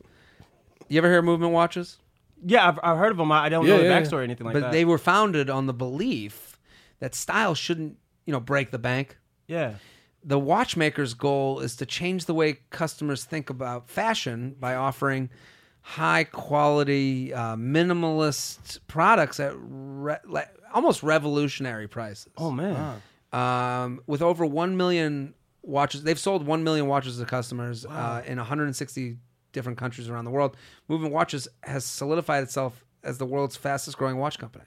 You ever hear of Movement Watches?
Yeah, I've, I've heard of them. I I don't
Yeah,
know the
yeah, yeah.
backstory or anything like
But
that.
they were founded on the belief that style shouldn't, you know, break the bank.
yeah.
the watchmaker's goal is to change the way customers think about fashion by offering high quality uh, minimalist products at re- like, almost revolutionary prices
Oh man.
um, with over 1 million watches they've sold 1 million watches to customers uh, in 160 different countries around the world movement watches has solidified itself as the world's fastest growing watch company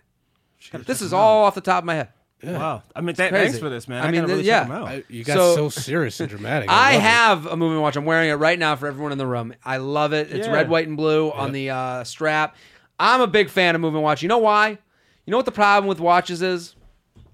this is all off the top of my head
Wow. I mean, th-
crazy.
thanks for this, man.
I
I,
mean,
mean,
th-
really
yeah.
yeah. Check 'em out.
I, you got
So-
so, serious and dramatic.
I
love it.
have a movement watch. I'm wearing it right now for everyone in the room. I love it. It's
Yeah.
red, white, and blue on the uh, strap. I'm a big fan of movement watch. You know why? You know what the problem with watches is?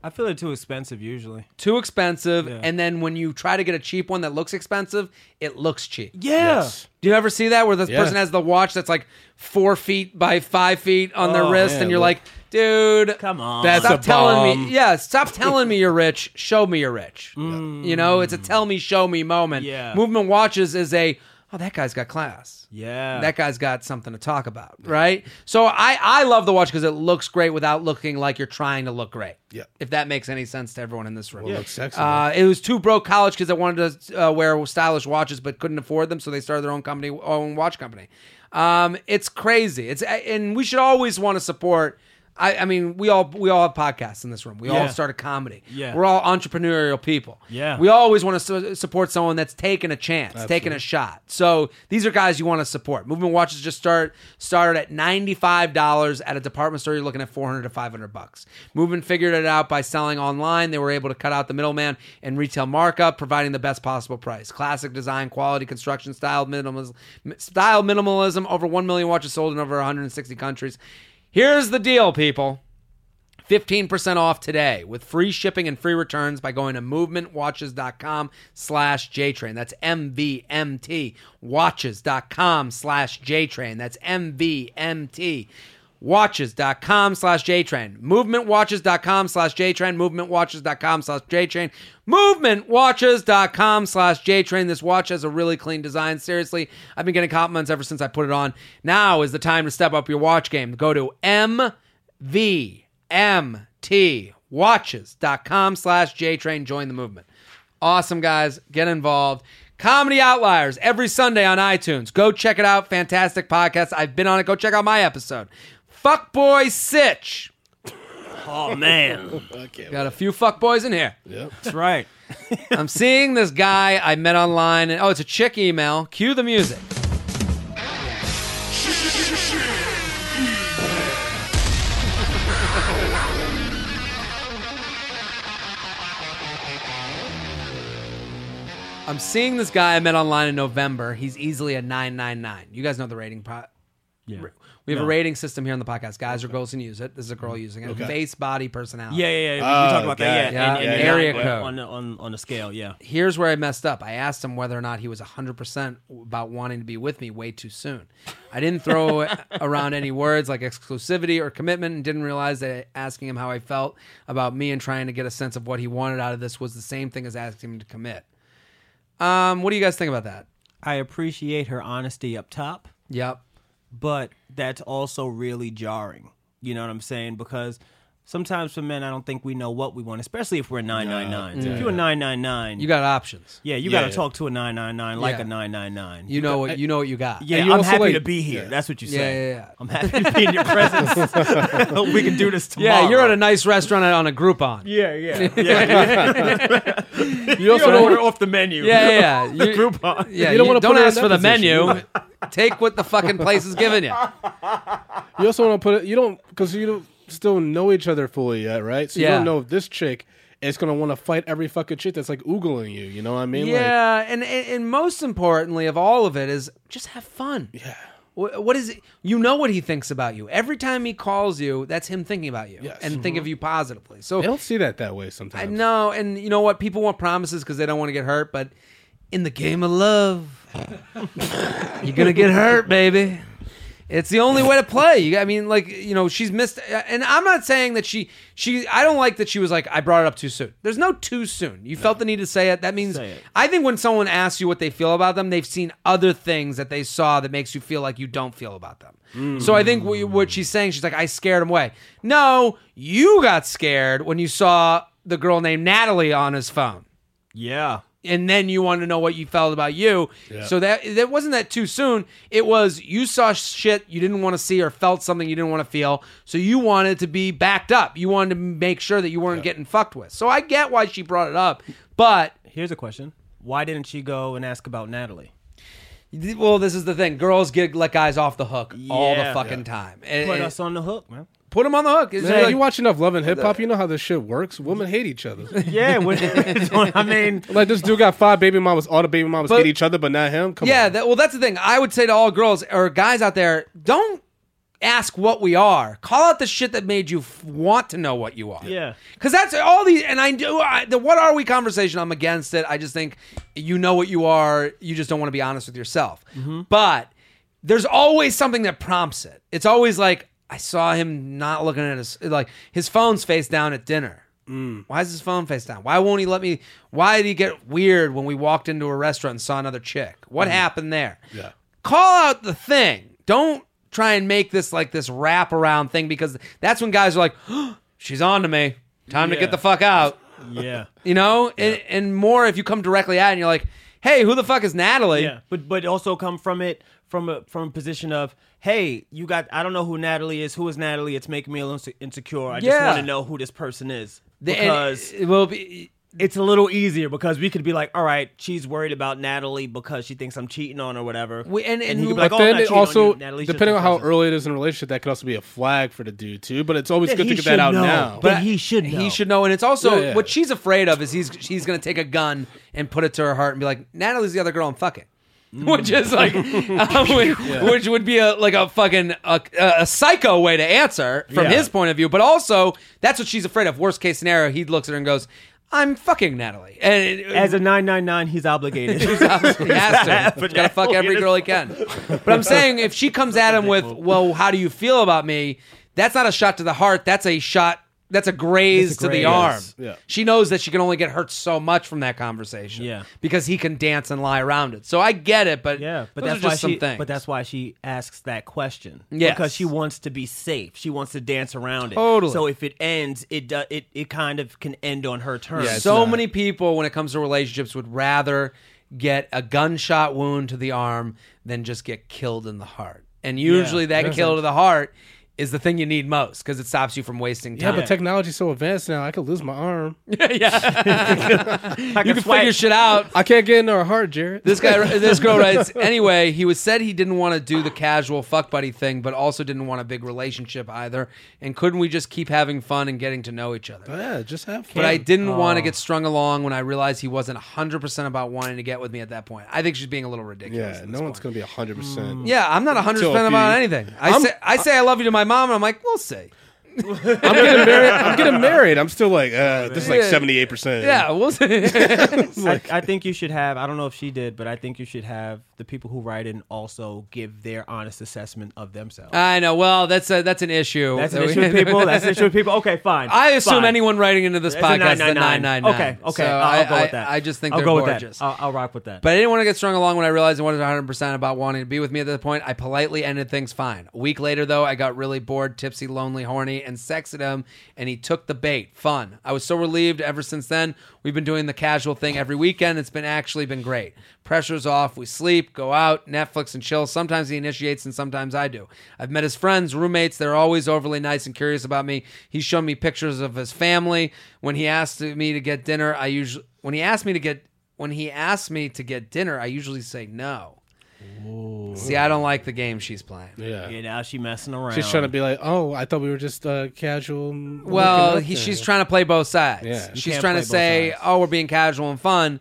I feel they're too expensive usually.
Too expensive, and then when you try to get a cheap one that looks expensive, it looks cheap.
Yeah.
Do you ever see that where this
Yeah.
person has the watch that's like four feet by five feet on their wrist,
yeah,
and you're
look.
like, dude,
Come on.
Oh, That's
stop
a
telling
bomb.
me yeah stop telling me you're rich show me you're rich
Mm.
you know it's a tell me show me moment
Yeah.
movement watches is a oh that guy's got class
yeah.
that guy's got something to talk about right so i i love the watch because it looks great without looking like you're trying to look great
Yeah.
if that makes any sense to everyone in this room
Well, it looks sexy.
uh, it was two broke college kids that wanted to uh, wear stylish watches but couldn't afford them, so they started their own company, own watch company. Um, it's crazy. It's and we should always want to support. I, I mean, we all we all have podcasts in this room. We all
Yeah.
started comedy.
Yeah.
we're all entrepreneurial people.
Yeah.
we always want to su- support someone that's taking a chance, taking a shot. So these are guys you want to support. Movement watches just start started at ninety five dollars at a department store. You're looking at four hundred to five hundred bucks. Movement figured it out by selling online. They were able to cut out the middleman and retail markup, providing the best possible price. Classic design, quality construction, style minimalism, style minimalism. Over one million watches sold in over one hundred and sixty countries. Here's the deal, people. 15% off today with free shipping and free returns by going to movementwatches.com slash jtrain. That's M-V-M-T watches.com slash jtrain. That's M-V-M-T watches.com slash jtrain. Movementwatches.com slash jtrain. Movementwatches.com slash jtrain. Movementwatches.com slash jtrain. This watch has a really clean design. Seriously, I've been getting compliments ever since I put it on. Now is the time to step up your watch game. Go to M... VMT watches.com slash JTrain. Join the movement. Awesome, guys. Get involved. Comedy Outliers every Sunday on iTunes. Go check it out. Fantastic podcast. I've been on it. Go check out my episode. Fuckboy Sitch.
Oh man,
Got a few fuckboys in here.
that's right.
I'm seeing this guy I met online. And, oh, it's a chick email. Cue the music. I'm seeing this guy I met online in November. He's easily a 999. You guys know the rating pot.
Yeah.
We have a rating system here on the podcast. Guys or girls can use it. This is a girl using it. Face, body, personality.
Mm-hmm. Yeah, yeah, yeah. We,
Oh,
we talked about that.
got it.
Yeah,
Yeah, area
on-
code.
on the, on on the scale. Yeah,
here's where I messed up. I asked him whether or not he was 100% about wanting to be with me way too soon. I didn't throw around any words like exclusivity or commitment and didn't realize that asking him how I felt about me and trying to get a sense of what he wanted out of this was the same thing as asking him to commit. Um, what do you guys think about that?
I appreciate her honesty up top,
Yep.
but that's also really jarring. You know what I'm saying? Because sometimes for men, I don't think we know what we want, especially if we're 999. If you're a 999,
You got options.
yeah, you
Yeah,
got to
yeah.
talk to a 999 like
Yeah.
a 999.
You know what you know what you got.
Yeah,
And you
I'm
also,
happy
like-
to be here. That's what you
Yeah,
say.
yeah, yeah.
I'm happy to be in your presence. Hope we can do this tomorrow.
Yeah, you're at a nice restaurant on a Groupon.
yeah, yeah, yeah.
You also
You
don't
order off the menu.
Yeah, yeah, yeah. You-
Groupon.
Yeah,
You don't
you
wanna
don't
put her in
ask
that
for the
position.
menu. Take what the fucking place is giving you.
You also want to put it. You don't because you don't still know each other fully yet, right? So you
Yeah.
don't know if this chick is gonna want to fight every fucking chick that's like oogling you. You know what I mean? Like,
Yeah, and, and and most importantly of all of it is just have fun. Yeah. What is it? You know what he thinks about you. Every time he calls you, that's him thinking about you
Yes.
and
Mm-hmm.
think of you positively.
they
So
don't see that that way sometimes.
I know, and you know what? People want promises because they don't want to get hurt, but in the game of love, you're gonna get hurt, baby. It's the only way to play. You, I mean, like you know, she's missed. uh, And I'm not saying that she she. I don't like that she was like I brought it up too soon. There's no too soon. You felt the need to say it. That means
Say it.
I think when someone asks you what they feel about them, they've seen other things that they saw that makes you feel like you don't feel about them.
Mm.
So I think what, what she's saying, she's like I scared him away. No, you got scared when you saw the girl named Natalie on his phone
Yeah.
and then you want to know what you felt about you. So that that wasn't that too soon. It was you saw shit you didn't want to see or felt something you didn't want to feel. So you wanted to be backed up. You wanted to make sure that you weren't getting fucked with. So I get why she brought it up, but
Here's a question. Why didn't she go and ask about Natalie?
well, this is the thing. Girls get let guys off the hook all the
Yeah.
fucking time. And,
Put
and-
us on the hook, man.
put them on the hook. It's
Man,
like-
you watch enough love and hip hop, you know how this shit works. Women hate each other.
Yeah, when, I mean,
like this dude got five baby mamas. All the baby mamas
But-
hate each other, but not him. Come
yeah,
on.
that, well, that's the thing. I would say to all girls or guys out there, don't ask what we are. Call out the shit that made you f- want to know what you are.
Yeah.
because that's all these. And I do I, the "What are we?" conversation. I'm against it. I just think you know what you are. You just don't want to be honest with yourself.
Mm-hmm.
But there's always something that prompts it. It's always like I saw him not looking at his like his phone's face down at dinner. Why is his phone face down? Why won't he let me? Why did he get weird when we walked into a restaurant and saw another chick? What
Mm-hmm.
happened there? Yeah. Call out the thing. Don't try and make this like this wraparound thing because that's when guys are like, she's on to me. Time to
Yeah.
get the fuck out.
yeah,
You know? And, and more if you come directly at it and you're like, hey, who the fuck is Natalie?
Yeah, but but also come from it from a from a position of hey, you got I don't know who Natalie is. Who is Natalie? It's making me a little inse- insecure. I just
Yeah.
want to know who this person is
The- and
because
it will be.
it's a little easier because we could be like, all right, she's worried about Natalie because she thinks I'm cheating on or whatever.
We- and- and-
you could be
But
like, oh, I'm
then
not
it
cheating on
also,
you. Natalie's just
depending
a
on how
person.
early it is in a relationship, that could also be a flag for the dude too. But it's always
Yeah,
good
he
to get
should
that out
know.
now.
But he should know.
He should know. And it's also
Yeah, yeah.
what she's afraid of is he's she's gonna take a gun and put it to her heart and be like, Natalie's the other girl and fuck it.
Mm.
Which is like, um, which, which would be a like a fucking a, a psycho way to answer from
Yeah.
his point of view, but also that's what she's afraid of. Worst case scenario, he looks at her and goes, "I'm fucking Natalie," and it,
As a 999, he's obligated.
he has to. He's got to fuck every girl he can. But I'm saying if she comes at him with, "Well, how do you feel about me?" That's not a shot to the heart. That's a shot. That's a graze to the
graze.
arm.
Yeah.
She knows that she can only get hurt so much from that conversation.
Yeah.
Because he can dance and lie around it. So I get it, but
Yeah, but
those
that's
are
why
just some
she.
things.
But that's why she asks that question.
Yes.
because she wants to be safe. She wants to dance around it.
Totally.
So if it ends, it do, it it kind of can end on her terms.
Yeah, it's
so
not-
many people when it comes to relationships would rather get a gunshot wound to the arm than just get killed in the heart. And usually that kill to the heart is the thing you need most because it stops you from wasting
yeah,
time.
but technology's so advanced now. I could lose my arm.
you can figure shit out.
I can't get into her heart, Jared.
This guy, this girl writes. Anyway, he was said he didn't want to do the casual fuck buddy thing, but also didn't want a big relationship either. And couldn't we just keep having fun and getting to know each other?
yeah, just have fun.
But I didn't want to get strung along when I realized he wasn't 100% about wanting to get with me at that point. I think she's being a little ridiculous.
yeah,
at this
no one's
point.
gonna be hundred percent.
Yeah, I'm not 100%
Sophie.
about anything. I
I'm-
say, I say I love you to my mom, and I'm like, we'll see.
I'm getting married. I'm getting married. I'm still like uh, this is like seventy eight percent.
Yeah, we'll see.
I, I think you should have. I don't know if she did, but I think you should have the people who write in also give their honest assessment of themselves.
I know. Well, that's a, that's an issue.
That's an
that Uh, we-
issue with people. That's an issue with people. Okay, fine.
I assume
fine.
anyone writing into this
It's a
podcast is a
999.
999.
Okay, okay.
So
I'll,
I-
I'll go
I-
with that.
I just think
I'll
they're
go with
gorgeous.
that. I'll, I'll rock with that.
But I didn't want to get strung along when I realized I wasn't 100% about wanting to be with me at that point. I politely ended things fine. A week later, though, I got really bored, tipsy, lonely, horny, and sexed him, and he took the bait. Fun. I was so relieved ever since then. We've been doing the casual thing every weekend. It's been actually been great. Pressure's off. We sleep, go out, Netflix, and chill. Sometimes he initiates, and sometimes I do. I've met his friends, roommates. They're always overly nice and curious about me. He's shown me pictures of his family. When he asked me to get dinner, I usually. When he asked me to get when he asks me to get dinner, I usually say no. See, I don't like the game she's playing.
yeah, now she messing around.
She's trying to be like, oh, I thought we were just uh, casual. and
Well,
looking out
he,
there."
she's trying to play both sides.
Yeah. You
She's
can't
trying
play
to
both
say,
sides.
"Oh, we're being casual and fun,"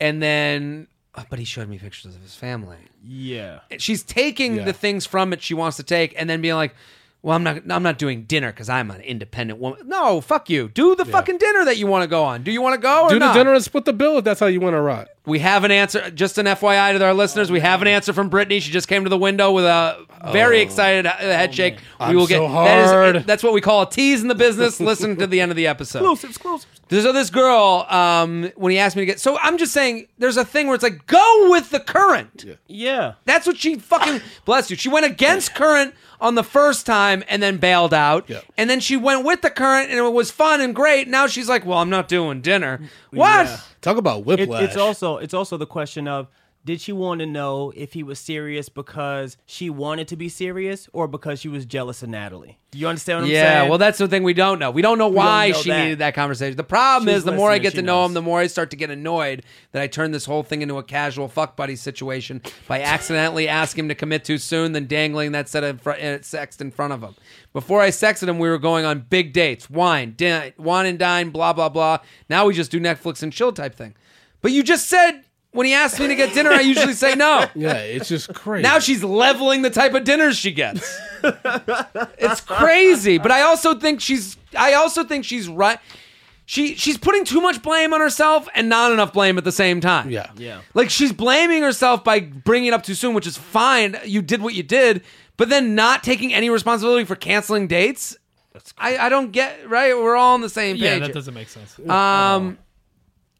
and then, oh, but he showed me pictures of his family.
Yeah.
She's taking
Yeah.
the things from it she wants to take, and then being like, "Well, I'm not. I'm not doing dinner because I'm an independent woman." No, fuck you. Do the fucking dinner that you want to go on. Do you want to go or
do the
not?
dinner and split the bill if that's how you want to rock.
We have an answer. Just an FYI to our listeners, we have an answer from Brittany. She just came to the window with a very excited uh, head shake. we
Oh. I'm
will
so
get That is, uh,
hard.
that's what we call a tease in the business. Listen to the end of the episode.
exclusive.
So this girl, um, when he asked me to get, so I'm just saying, there's a thing where it's like, go with the current.
Yeah.
That's what she fucking bless you. She went against current on the first time and then bailed out.
Yeah.
And then she went with the current and it was fun and great. Now she's like, well, I'm not doing dinner. What?
Talk about
It,
whiplash.
it's also it's also the question of did she want to know if he was serious because she wanted to be serious or because she was jealous of Natalie? You understand what I'm
yeah,
saying?
well, that's the thing we don't know. We don't know
don't
why
know
she
that.
needed that conversation. The problem
She's
is, the more I
listening,
get
she
to know
knows.
him, the more I start to get annoyed that I turn this whole thing into a casual fuck buddy situation by accidentally asking him to commit too soon, then dangling that set of fr- uh, sext in front of him. Before I sexted him, we were going on big dates, wine, din- wine and dine, blah blah blah. Now we just do Netflix and chill type thing. But you just said when he asked me to get dinner, I usually say no.
yeah, it's just crazy.
Now she's leveling the type of dinners she gets. it's crazy, but I also think she's I also think she's right. She she's putting too much blame on herself and not enough blame at the same time.
Yeah.
Yeah.
Like she's blaming herself by bringing it up too soon, which is fine. You did what you did, but then not taking any responsibility for canceling dates. I, I don't get right. We're all on the same page.
Yeah,
here.
that doesn't make sense.
um,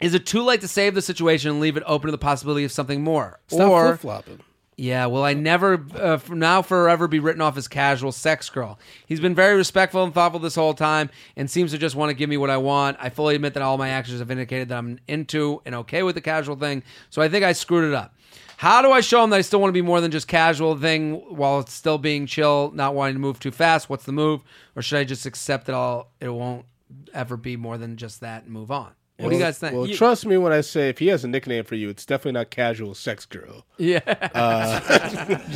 is it too late to save the situation and leave it open to the possibility of something more?
Stop
or
flip flopping.
Yeah, will I never, uh, from now forever, be written off as casual sex girl? He's been very respectful and thoughtful this whole time and seems to just want to give me what I want. I fully admit that all my actions have indicated that I'm into and okay with the casual thing, so I think I screwed it up. How do I show him that I still want to be more than just casual thing while it's still being chill, not wanting to move too fast? What's the move? Or should I just accept that all it won't ever be more than just that and move on? What do you guys think?
Well, trust me when I say if he has a nickname for you, it's definitely not casual sex girl. Uh,
yeah.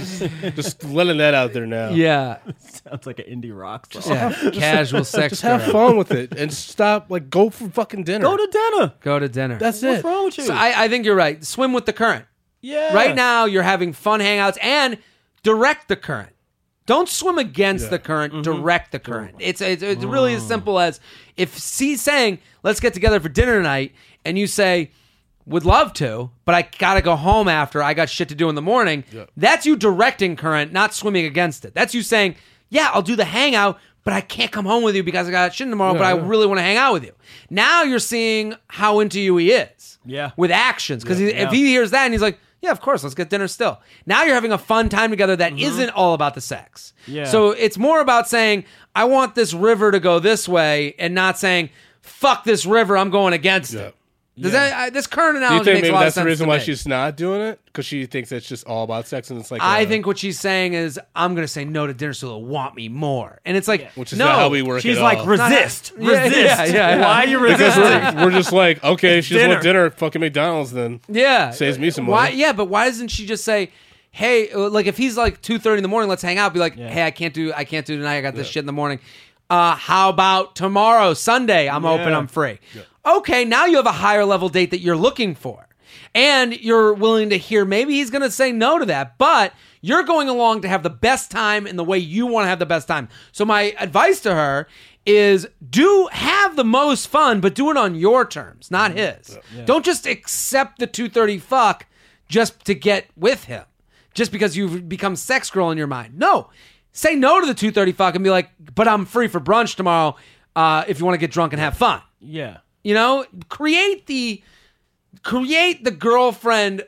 Just letting that out there now.
Yeah.
Sounds like an indie rock song.
yeah. Casual sex
Just have
girl.
fun with it and stop. Like, go for fucking dinner.
Go to dinner.
Go to dinner.
That's
Oh, What's
it.
wrong with you?
So I, I think you're right. Swim with the current.
yeah.
Right now, you're having fun hangouts and direct the current. Don't swim against the current. Direct the current. It's it's, it's really as simple as if she's saying, "Let's get together for dinner tonight," and you say, "Would love to, but I gotta go home after. I got shit to do in the morning." That's you directing current, not swimming against it. That's you saying, "Yeah, I'll do the hangout." But I can't come home with you because I got shit tomorrow. but I really want to hang out with you. Now you're seeing how into you he is.
Yeah.
With actions, because if he hears that and he's like, yeah, of course, let's get dinner still. Now you're having a fun time together that not all about the sex.
Mm-hmm. Yeah.
So it's more about saying, I want this river to go this way and not saying, fuck this river, I'm going against it. Does that, I, this current
Do you
analogy
think
makes
maybe
a lot
that's
of sense
the reason
to
why
me.
she's not doing it? Because she thinks it's just all about sex and it's like
I
uh,
think what she's saying is, I'm going to say no to dinner so they'll want me more. And it's like,
which is
no.
not how we work.
She's
at
like,
all.
resist.
Yeah,
resist.
yeah, yeah, yeah.
Why are you
because
resisting?
we're, we're just like, okay, she just want dinner at fucking McDonald's then.
Yeah,
Saves me some
Why?
money.
Yeah, but why doesn't she just say, "Hey, uh, like if he's like two thirty in the morning, let's hang out." Be like, "Hey, I can't do, I can't do tonight. I got this shit in the morning. Uh, how about tomorrow, Sunday? I'm open. I'm free." Okay, now you have a higher level date that you're looking for, and you're willing to hear. Maybe he's going to say no to that, but you're going along to have the best time in the way you want to have the best time. So my advice to her is do have the most fun, but do it on your terms, not his. Don't just accept the 230 fuck just to get with him, just because you've become sex girl in your mind. No, say no to the 230 fuck and be like, but I'm free for brunch tomorrow uh, if you want to get drunk and have fun.
yeah.
You know, create the create the girlfriend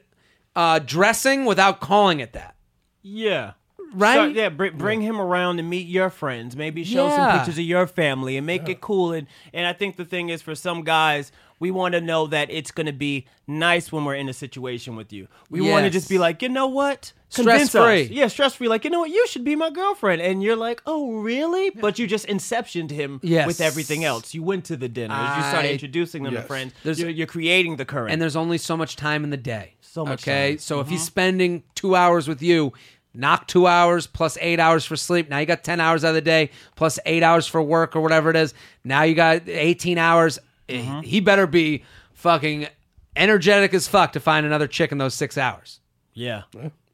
uh, dressing without calling it that,
Yeah.
right?
Start- yeah, br- bring him around and meet your friends. Maybe show
Yeah.
some pictures of your family and make it cool. And and I think the thing is, for some guys, we want to know that it's going to be nice when we're in a situation with you. We want to
Yes.
just be like, you know what?
Stress-free.
us. Yeah, stress free. Like, you know what? You should be my girlfriend. And you're like, oh, really? But you just inceptioned him
Yes.
with everything else. You went to the dinners. you
I-
started introducing them
Yes.
to friends.
There's-
you're, you're creating the current.
and there's only so much time in the day.
So much
Okay,
time. Uh-huh.
so if he's spending two hours with you, knock two hours plus eight hours for sleep. Now you got ten hours out of the day plus eight hours for work or whatever it is. Now you got eighteen hours.
Uh-huh.
He better be fucking energetic as fuck to find another chick in those six hours.
yeah.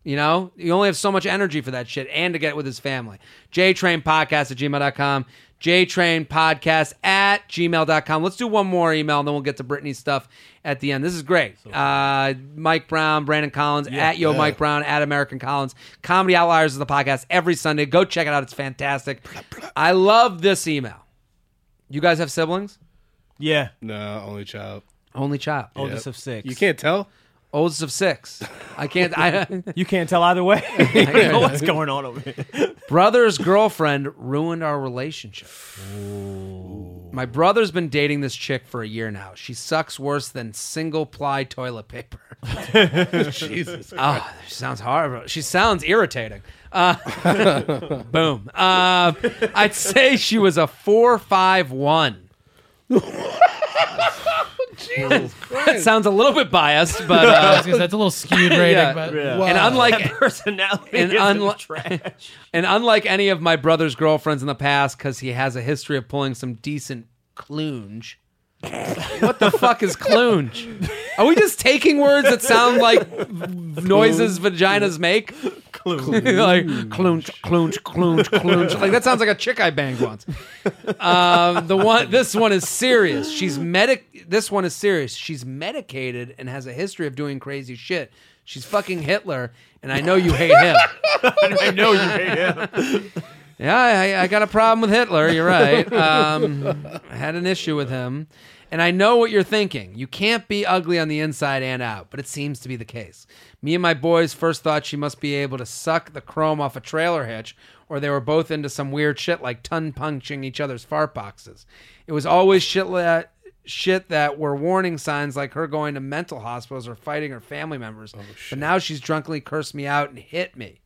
You know, you only have so much energy for that shit and to get with his family. JTrain podcast at gmail.com. JTrain podcast at gmail.com. Let's do one more email and then we'll get to Brittany's stuff at the end. This is great. Uh, Mike Brown, Brandon Collins, at Yo Mike Brown, at American Collins. Comedy Outliers is the podcast every Sunday. Go check it out. It's fantastic. I love this email. You guys have siblings?
Yeah.
No, only child.
Only child.
Oldest of six.
You can't tell.
Oldest of six. I can't. I,
You can't tell either way. you know what's going on over here.
brother's girlfriend ruined our relationship. My brother's been dating this chick for a year now. She sucks worse than single ply toilet paper.
Jesus.
Oh, she sounds horrible. She sounds irritating. Uh, boom. Uh, I'd say she was a four five one. That sounds a little bit biased, but
I
uh,
was gonna say, that's a little skewed rating,
Yeah.
but
and unlike
personality
And
is
unli-
trash.
And unlike any of my brother's girlfriends in the past, because he has a history of pulling some decent clunge. what the fuck is clunge? Are we just taking words that sound like noises vaginas make? Clunge. like clunge, clunge, clunge, clunge. Like that sounds like a chick I banged once. Um, the one, this one is serious. She's medic. This one is serious. She's medicated and has a history of doing crazy shit. She's fucking Hitler, and I know you hate him.
I know you hate him.
Yeah, I, I got a problem with Hitler. You're right. Um, I had an issue with him. And I know what you're thinking. You can't be ugly on the inside and out, but it seems to be the case. Me and my boys first thought she must be able to suck the chrome off a trailer hitch, or they were both into some weird shit like ton punching each other's fart boxes. It was always shit that shit that were warning signs like her going to mental hospitals or fighting her family members. But now she's drunkenly cursed me out and hit me.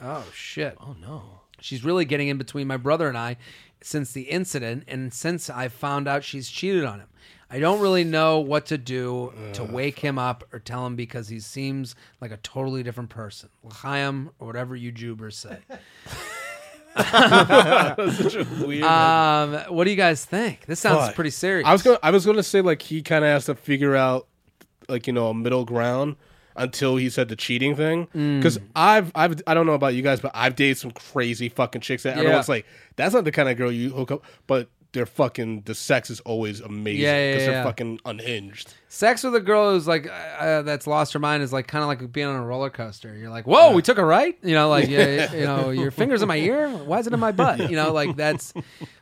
Oh shit. Oh no. She's really getting in between my brother and I since the incident and since I found out she's cheated on him. I don't really know what to do to wake him up or tell him because he seems like a totally different person. L'chaim or whatever you Jubers say.
Weird.
Um, what do you guys think? This sounds
Fuck.
pretty serious.
I was gonna I was gonna say like he kind of has to figure out like you know a middle ground until he said the cheating thing
Mm.
because I've I've I don't know about you guys but I've dated some crazy fucking chicks that everyone's like that's not the kind of girl you hook up but they're fucking the sex is always amazing
Yeah, yeah,
they're
yeah.
fucking unhinged
Sex with a girl who's like uh, uh, that's lost her mind is like kind of like being on a roller coaster. You're like, whoa, we took a right, you know, like yeah, you know, your fingers in my ear. Why is it in my butt? You know, like that's.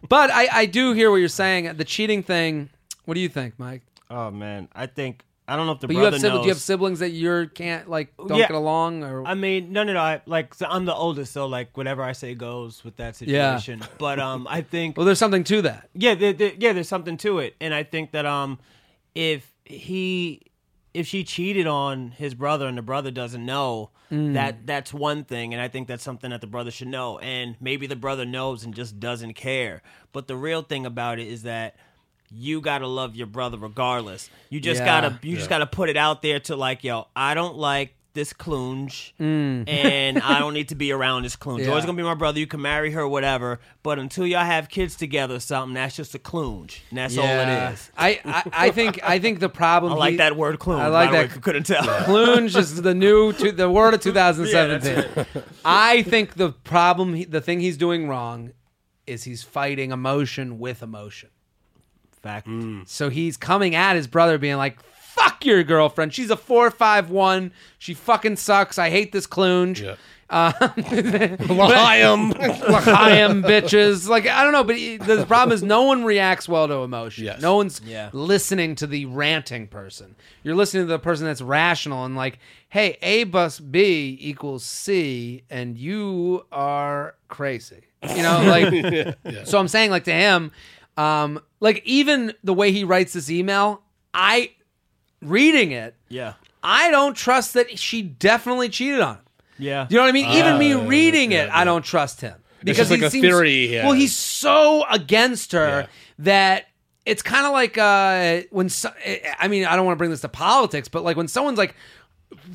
But I I do hear what you're saying. The cheating thing. What do you think, Mike?
Oh man, I think I don't know if the
But you
brother
have siblings.
knows.
Do you have siblings that you're can't like don't
Yeah.
get along or
I mean, no, no, no. I, like, so I'm the oldest, so like, whatever I say goes with that
Yeah.
situation. But um, I think
well, there's something to that.
yeah, there, there, yeah, there's something to it, and I think that um, if he, if she cheated on his brother and the brother doesn't know, that that's one thing, and I think that's something that the brother should know, and maybe the brother knows and just doesn't care. But the real thing about it is that you gotta love your brother regardless. You just
Yeah.
gotta you just gotta put it out there to like, yo, I don't like this clunge and I don't need to be around this clunge.
Mm. Yeah.
Always gonna be my brother, you can marry her, whatever. But until y'all have kids together or something, that's just a clunge. And that's all it is.
I, I I think I think the problem.
I like
he-
that word clunge.
I like
by the way,
that-
if you couldn't tell.
Plunge is the new to, the word of 2017. I think the problem, he, the thing he's doing wrong, is he's fighting emotion with emotion.
Fact.
So he's coming at his brother, being like, "Fuck your girlfriend. She's a four five one. She fucking sucks. I hate this clunge."
Yeah.
Um, L'chaim, L'chaim, bitches. Like I don't know, but he- the problem is no one reacts well to emotion.
Yes.
No one's
Yeah.
listening to the ranting person. You're listening to the person that's rational and like, hey, A plus B equals C, and you are crazy. You know, like. So I'm saying, like to him, um, like even the way he writes this email, I reading it,
Yeah.
I don't trust that she definitely cheated on him.
Yeah.
You know what I mean? Even me reading it, I don't trust him
just like a theory he
Well,
has.
he's so against her that it's kind of like uh, when so, I mean, I don't want to bring this to politics, but like when someone's like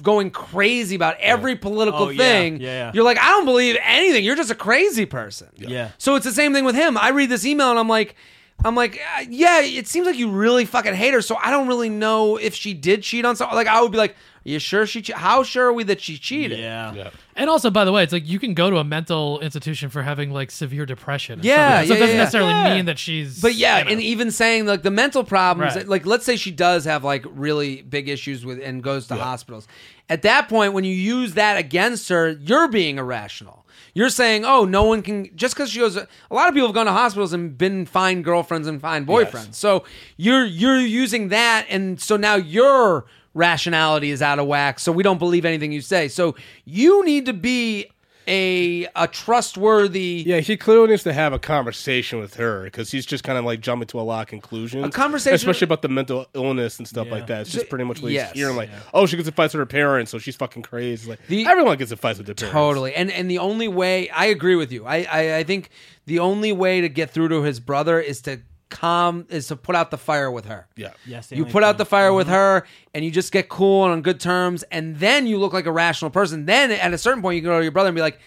going crazy about every political
Oh, yeah.
thing,
Yeah, yeah.
you're like, I don't believe anything. You're just a crazy person.
Yeah.
So it's the same thing with him. I read this email and I'm like, I'm like, uh, yeah, it seems like you really fucking hate her. So I don't really know if she did cheat on someone. Like I would be like, are you sure she? Che- how sure are we that she cheated?
Yeah.
And also, by the way, it's like you can go to a mental institution for having like severe depression. and
Yeah, yeah,
stuff like that. so it doesn't
yeah.
necessarily
Yeah.
mean that she's.
But yeah,
you know.
and even saying like the mental problems,
Right.
like let's say she does have like really big issues with and goes to hospitals. At that point, when you use that against her, you're being irrational. You're saying, oh, no one can just because she goes. A lot of people have gone to hospitals and been fine girlfriends and fine boyfriends. So you're you're using that, and so now your rationality is out of whack. So we don't believe anything you say. So you need to be a a trustworthy.
yeah he clearly needs to have a conversation with her because he's just kind of like jumping to a lot of conclusions
A conversation-
especially about the mental illness and stuff like that it's just pretty much what
Yes.
he's hearing like oh she gets in fights with her parents so she's fucking crazy like
The-
everyone gets in fights with their parents
Totally. And and the only way I agree with you. I, I I think the only way to get through to his brother is to calm is to put out the fire with her.
yeah
That's the
You
only
put out
thing.
the fire with her and you just get cool and on good terms and then you look like a rational person. Then at a certain point you can go to your brother and be like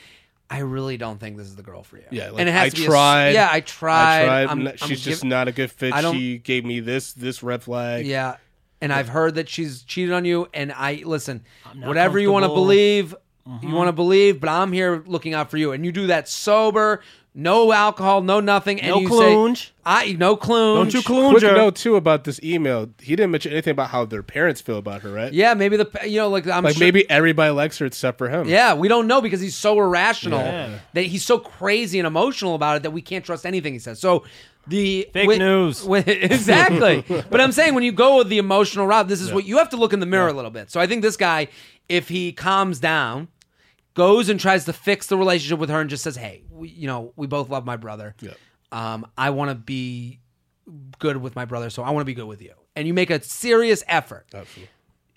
I really don't think this is the girl for you.
Yeah, like,
and it has
I
to be a s-
tried.
yeah, I tried.
I tried.
I'm-
n-
I'm
she's just
giv-
not a good fit.
I don't-
She gave me this this red flag.
Yeah. And I've heard that she's cheated on you. And I listen, whatever you want to
comfortable. Mm-hmm.
believe, you want to believe, but I'm here looking out for you. And you do that sober, No alcohol, no nothing. And
No
you say,
clunge.
I no clunge.
Don't you clunge
Quick
her.
note too about this email. He didn't mention anything about how their parents feel about her, right?
Yeah, maybe the you know like I'm
Like
sure-
maybe everybody likes her except for him.
Yeah, we don't know because he's so irrational that he's so crazy and emotional about it that we can't trust anything he says. So the
Fake news.
when- exactly. but I'm saying when you go with the emotional route, this is what you have to look in the mirror a little bit. So I think this guy, if he calms down, goes and tries to fix the relationship with her and just says, "Hey, we, you know, we both love my brother. Um, I want to be good with my brother, so I want to be good with you." And you make a serious effort. Absolutely.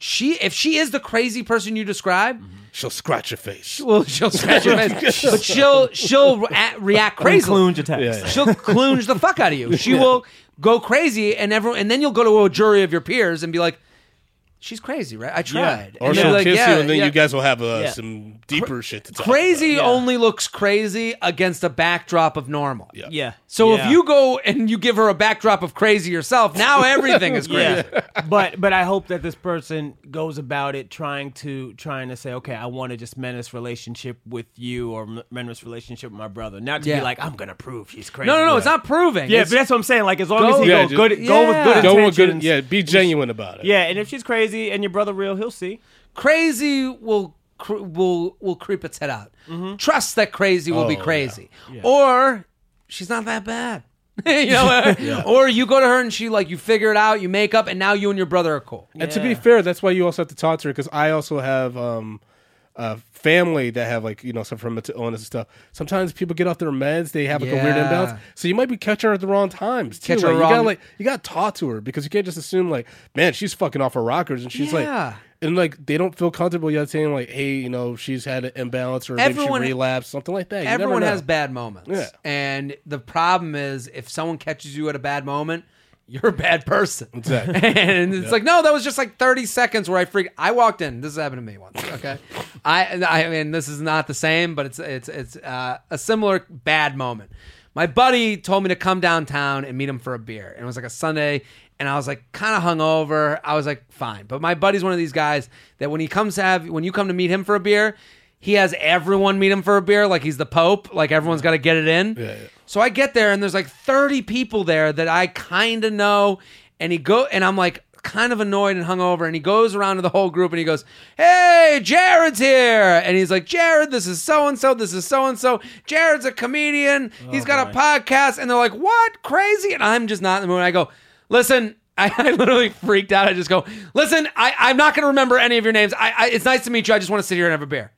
She, if she is the crazy person you describe,
She'll scratch your face.
well, she'll scratch your face, but she'll she'll rea- react crazily.
Clunge attacks.
She'll clunge the fuck out of you. She will go crazy, and everyone, and then you'll go to a jury of your peers and be like, "She's crazy, right? I tried."
Or
And they'll
she'll
be like,
kiss
"Yeah,
you, and then
yeah."
you guys will have uh,
Yeah.
some deeper shit to talk
Crazy
Yeah.
only looks crazy against a backdrop of normal.
Yeah.
Yeah.
So
Yeah.
if you go and you give her a backdrop of crazy yourself, now everything is crazy.
Yeah. but but I hope that this person goes about it trying to trying to say, okay, I want to just mend this relationship with you or m- mend this relationship with my brother. Not to
Yeah.
be like, I'm gonna prove she's crazy.
No, no, no, it's not proving.
Yeah,
It's-
but that's what I'm saying. Like as long
Go-
as he go
Yeah, just-
good, go with good
Yeah.
intentions.
About. Don't want good. Yeah, be genuine about it.
Yeah, and if she's crazy and your brother real, he'll see.
crazy will cr- will will creep its head out. Trust that crazy will be
Mm-hmm. Oh,
crazy, or she's not that bad. you know, or you go to her and she like you figure it out, you make up, and now you and your brother are cool.
And to be fair, that's why you also have to talk to her because I also have um, uh, family that have like you know suffer from mental illness and stuff. Sometimes people get off their meds, they have like a weird
Yeah.
imbalance, so you might be catching her at the wrong times. Too.
Catch her
Like, you
wrong-
gotta like you gotta talk to her because you can't just assume like man she's fucking off her rockers and she's
Yeah.
like. And like they don't feel comfortable yet saying like, hey, you know, she's had an imbalance or maybe
Everyone-
she relapsed, something like that. You never
Everyone
know.
has bad moments,
Yeah.
and the problem is if someone catches you at a bad moment. You're a bad person.
Exactly.
And it's like, no, that was just like 30 seconds where I freak. I walked in. This has happened to me once. Okay. I, and I mean, this is not the same, but it's, it's, it's uh, a similar bad moment. My buddy told me to come downtown and meet him for a beer. And it was like a Sunday. And I was like, kind of hungover. I was like, fine. But my buddy's one of these guys that when he comes to have, when you come to meet him for a beer, he has everyone meet him for a beer. Like he's the Pope. Like everyone's got to get it in. So I get there and there's like 30 people there that I kind of know. And he go and I'm like kind of annoyed and hungover. And he goes around to the whole group and he goes, Hey, Jared's here. And he's like, Jared, this is so and so. This is so and so. Jared's a comedian. he's got a podcast. And they're like, What? Crazy. And I'm just not in the mood. I go, Listen, I, I literally freaked out. I just go, Listen, I, I'm not going to remember any of your names. I, I, it's nice to meet you. I just want to sit here and have a beer.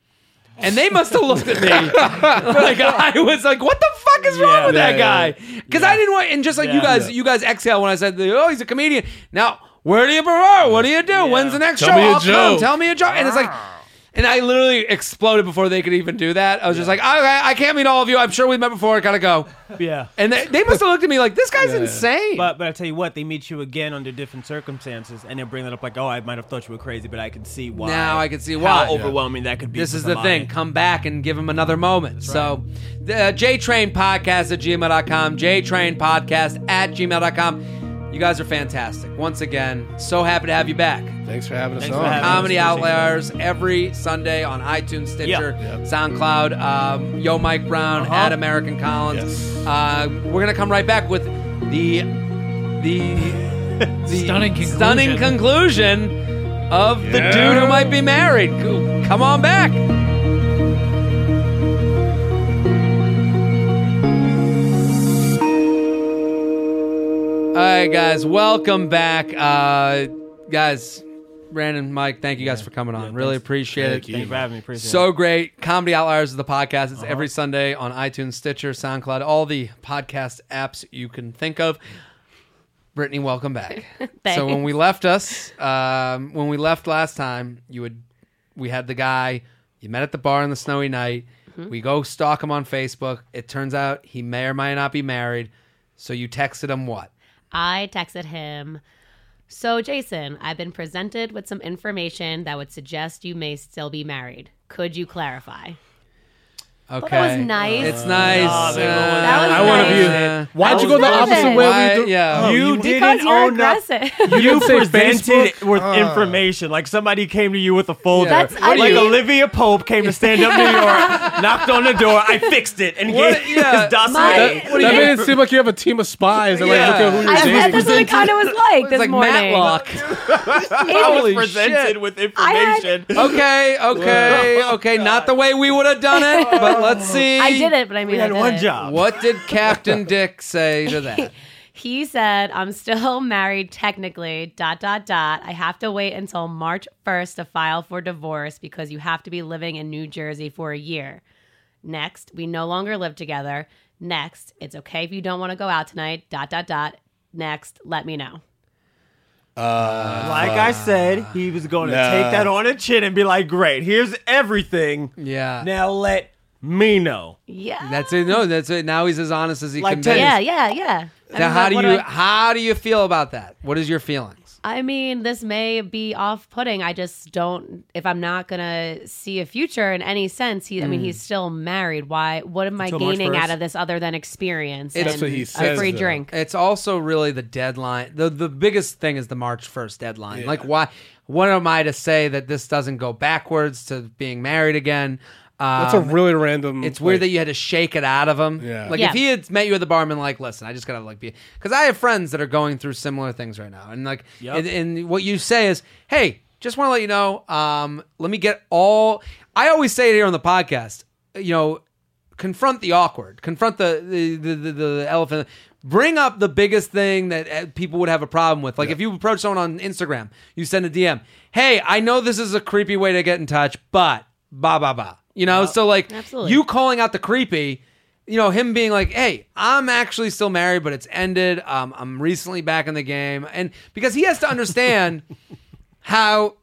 And they must have looked at me like I was like, "What the fuck is wrong with that guy?" Because I didn't want, and just like you guys, you guys exhale when I said, "Oh, he's a comedian." Now, where do you prefer? What do you do? When's the next
Tell
show?
me a
I'll come.
joke.
Tell me a joke. And it's like, and I literally exploded before they could even do that. I was just like, "Okay, I can't meet all of you. I'm sure we've met before. I gotta go."
Yeah.
And they, they must have looked at me like, "This guy's insane."
But but I tell you what, they meet you again under different circumstances, and they bring that up like, oh, I might have thought you were crazy, but I can see why.
Now I can see why.
how overwhelming that could be.
This
for
is the
somebody.
thing. Come back and give him another moment. So, uh, JTrain Podcast at gmail.com, JTrain Podcast at gmail.com. You guys are fantastic. Once again, so happy to have you back.
Thanks for having us
Thanks for
on.
having us.
Comedy Outliers every Sunday on iTunes, Stitcher,
Yeah. Yep.
SoundCloud, um, Yo Mike Brown, at American Collins.
Yes.
Uh, we're going to come right back with the the, the
Stunning conclusion.
stunning conclusion of the dude who might be married. Go- Come on back. All right, guys, welcome back. Uh, guys, Brandon, Mike, thank you guys for coming on. really appreciate it.
Thank you for having me. Appreciate it. Uh-huh.
So great. Comedy Outliers is the podcast. It's every Sunday on iTunes, Stitcher, SoundCloud, all the podcast apps you can think of. Brittany, welcome back. so when we left us, um, when we left last time, you would we had the guy you met at the bar on the snowy night. We go stalk him on Facebook. It turns out he may or may not be married. So you texted him what?
I texted him. So, Jason, I've been presented with some information that would suggest you may still be married. Could you clarify?
Okay.
that was nice.
It's nice.
Nah, they won't.
Uh,
That was
I want to be.
Uh,
Why'd
I
you go
was
the opposite
nervous.
way?
Why-
we do-
yeah.
Oh,
you
you
because
didn't
you're
own up.
aggressive.
You
didn't say
presented
Facebook?
with
Ah.
information like somebody came to you with a folder.
That's- What I do
like
you-
Olivia Pope came to stand up New York, knocked on the door. I fixed it and
What-
gave
yeah.
his dossier.
My-
that,
What do
that
you-
made it seem like you have a team of spies and
Yeah.
like look at who
I,
you're dating.
that's what it kind of was like
It's
this
like
morning.
Matlock.
I was
Holy
presented
shit.
with
I had-
information.
Okay, okay, okay. Not the way we would have done it, but let's see.
I did it, but I mean,
We had
I did
one
it.
job.
What did Captain Dick say to that?
He said, "I'm still married technically. Dot dot dot. I have to wait until March 1st to file for divorce because you have to be living in New Jersey for a year. Next, we no longer live together. Next, it's okay if you don't want to go out tonight. Dot dot dot. Next, let me know.
Like I said, he was going to
Nah.
take that on a chin and be like, "Great, here's everything.
Yeah.
Now let me know."
Yeah,
That's it. No, that's it. Now he's as honest as he
Like
can be.
tennis.
yeah, yeah, yeah. I
Now,
mean,
how
what-
do
what
you
I-
how do you feel about that? What is your feelings?
I mean, this may be off putting. I just don't if I'm not gonna see a future in any sense, he I mean he's still married. Why what am I
Until March
gaining
1st?
out of this other than experience?
It's-
and
That's what
he says,
a free
though.
drink.
It's also really the deadline. The the biggest thing is the March 1st deadline. Like why what am I to say that this doesn't go backwards to being married again? Um,
That's a really random.
It's weird that
Mm-hmm. like,
you had to shake it out of him.
Yeah.
Like
Yeah.
if he had met you at the bar and been like, listen, I just gotta like be because I have friends that are going through similar things right now, and like, and, and what you say is, hey, just want to let you know, um, let me get all. I always say it here on the podcast, you know, confront the awkward, confront the the the, the, the elephant. Bring up the biggest thing that uh, people would have a problem with. Like if you approach someone on Instagram, you send a DM. Hey, I know this is a creepy way to get in touch, but ba ba ba. You know, so like
Absolutely.
you calling out the creepy, you know, him being like, "Hey, I'm actually still married, but it's ended. Um, I'm recently back in the game," and because he has to understand how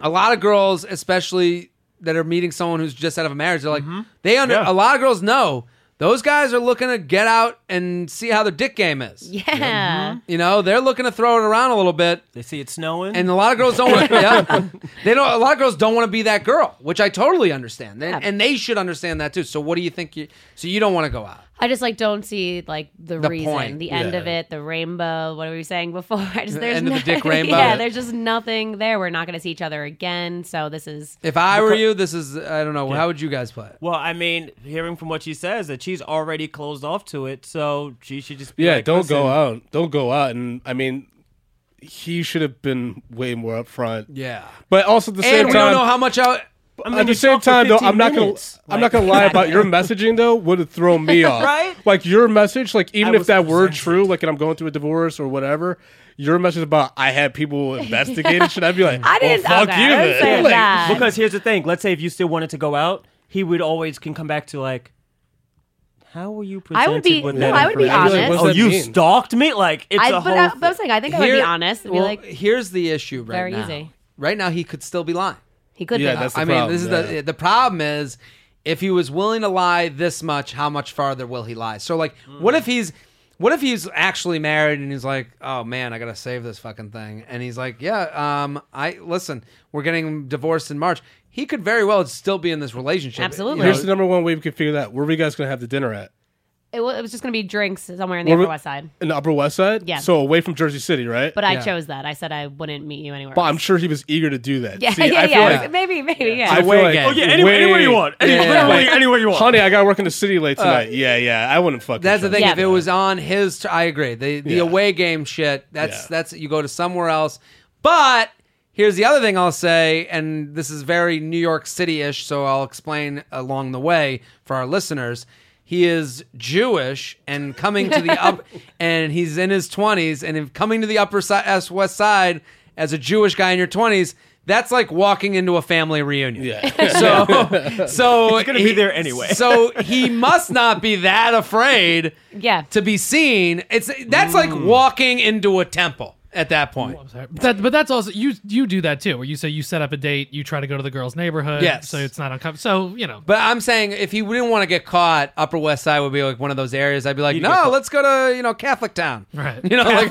a lot of girls, especially that are meeting someone who's just out of a marriage, they're like, they under a lot of girls know those guys are looking to get out and see how their dick game is.
Yeah.
You know, they're looking to throw it around a little bit.
They see it snowing.
And a lot of girls don't want. yeah, they don't. A lot of girls don't want to be that girl, which I totally understand. They- And they should understand that too. So what do you think? You so you don't want to go out?
I just like don't see like the,
The
reason,
point.
the end of it, the rainbow, what were you saying before? I just,
The
there's
end of the
no-
dick rainbow.
Yeah, there's just nothing there. We're not gonna see each other again. So this is
If I were you, this is. I don't know. How would you guys play? it?
well, I mean, hearing from what she says, that she's already closed off to it, so she should just be
Yeah,
like,
don't
"Listen,
go out. Don't go out. And I mean, he should have been way more upfront.
Yeah.
But also at the same
And we
time,
don't know how much out.
I mean,
at the
you
same
talked for
time though,
15
I'm not gonna
minutes. Like-
I'm not gonna lie about your messaging though would have thrown me off.
Right?
Like your message, like
I
even if
was
that were
presented.
true, like and I'm going through a divorce or whatever, your message about I had people investigated, should I be like,
I didn't
well, fuck
okay,
you
I
then.
didn't say
Like,
that.
Because here's the thing. Let's say if you still wanted to go out, he would always can come back to like, how were you
I
presented
would be
with
no,
that
I would be
information?"
I'd be like,
honest.
what's
Oh,
that
you
mean?
stalked me? Like it's
I,
a
but,
whole.
I, but I was like, I think I would be
Here-
honest. and Be
well,
like,
here's the issue right
Very
now.
easy.
Right now, he could still be lying.
he could
Yeah,
be.
that's- the
I mean,
problem,
this is
yeah.
the the problem is if he was willing to lie this much, how much farther will he lie? So like, what if he's what if he's actually married and he's like, "Oh man, I got to save this fucking thing." And he's like, "Yeah, um I listen, we're getting divorced in March." He could very well still be in this relationship.
Absolutely.
Here's the number one way we could figure that. Where were you guys gonna have the dinner at?
It, wa- it was just going to be drinks somewhere in the
Were we-
Upper West Side.
In the Upper West Side?
Yeah.
So away from Jersey City, right?
But I
Yeah.
chose that. I said I wouldn't meet you anywhere.
But I'm
else.
sure he was eager to do that.
Yeah,
See,
yeah,
I feel
yeah.
like
Maybe, maybe, yeah.
I feel
Way
like-
gay. Oh,
yeah, any- anywhere you want. Any-
Yeah.
literally anywhere you want.
Honey, I gotta work in the city late
Uh,
tonight. yeah, yeah. I wouldn't fucking.
That's the
trust
thing.
Yeah.
him.
If it was on his, t- I agree. The the
Yeah.
away game shit. That's
Yeah.
that's you go to somewhere else. But here's the other thing I'll say, and this is very New York City ish, so I'll explain along the way for our listeners. He is Jewish and coming to the up, and he's in his twenties, and if coming to the Upper si- S- West Side as a Jewish guy in your twenties. That's like walking into a family reunion.
Yeah.
So, so he's
gonna be there anyway.
So he must not be that afraid
Yeah.
to be seen. It's that's like walking into a temple. at that point.
I'm sorry. But, that, but that's also you. You do that too, where you say you set up a date, you try to go to the girl's neighborhood,
Yes.
so it's not uncomfortable. So you know,
But I'm saying if he didn't want to get caught, Upper West Side would be like one of those areas. I'd be like, no, let's go to you know Catholic Town,
Right.
You know, like,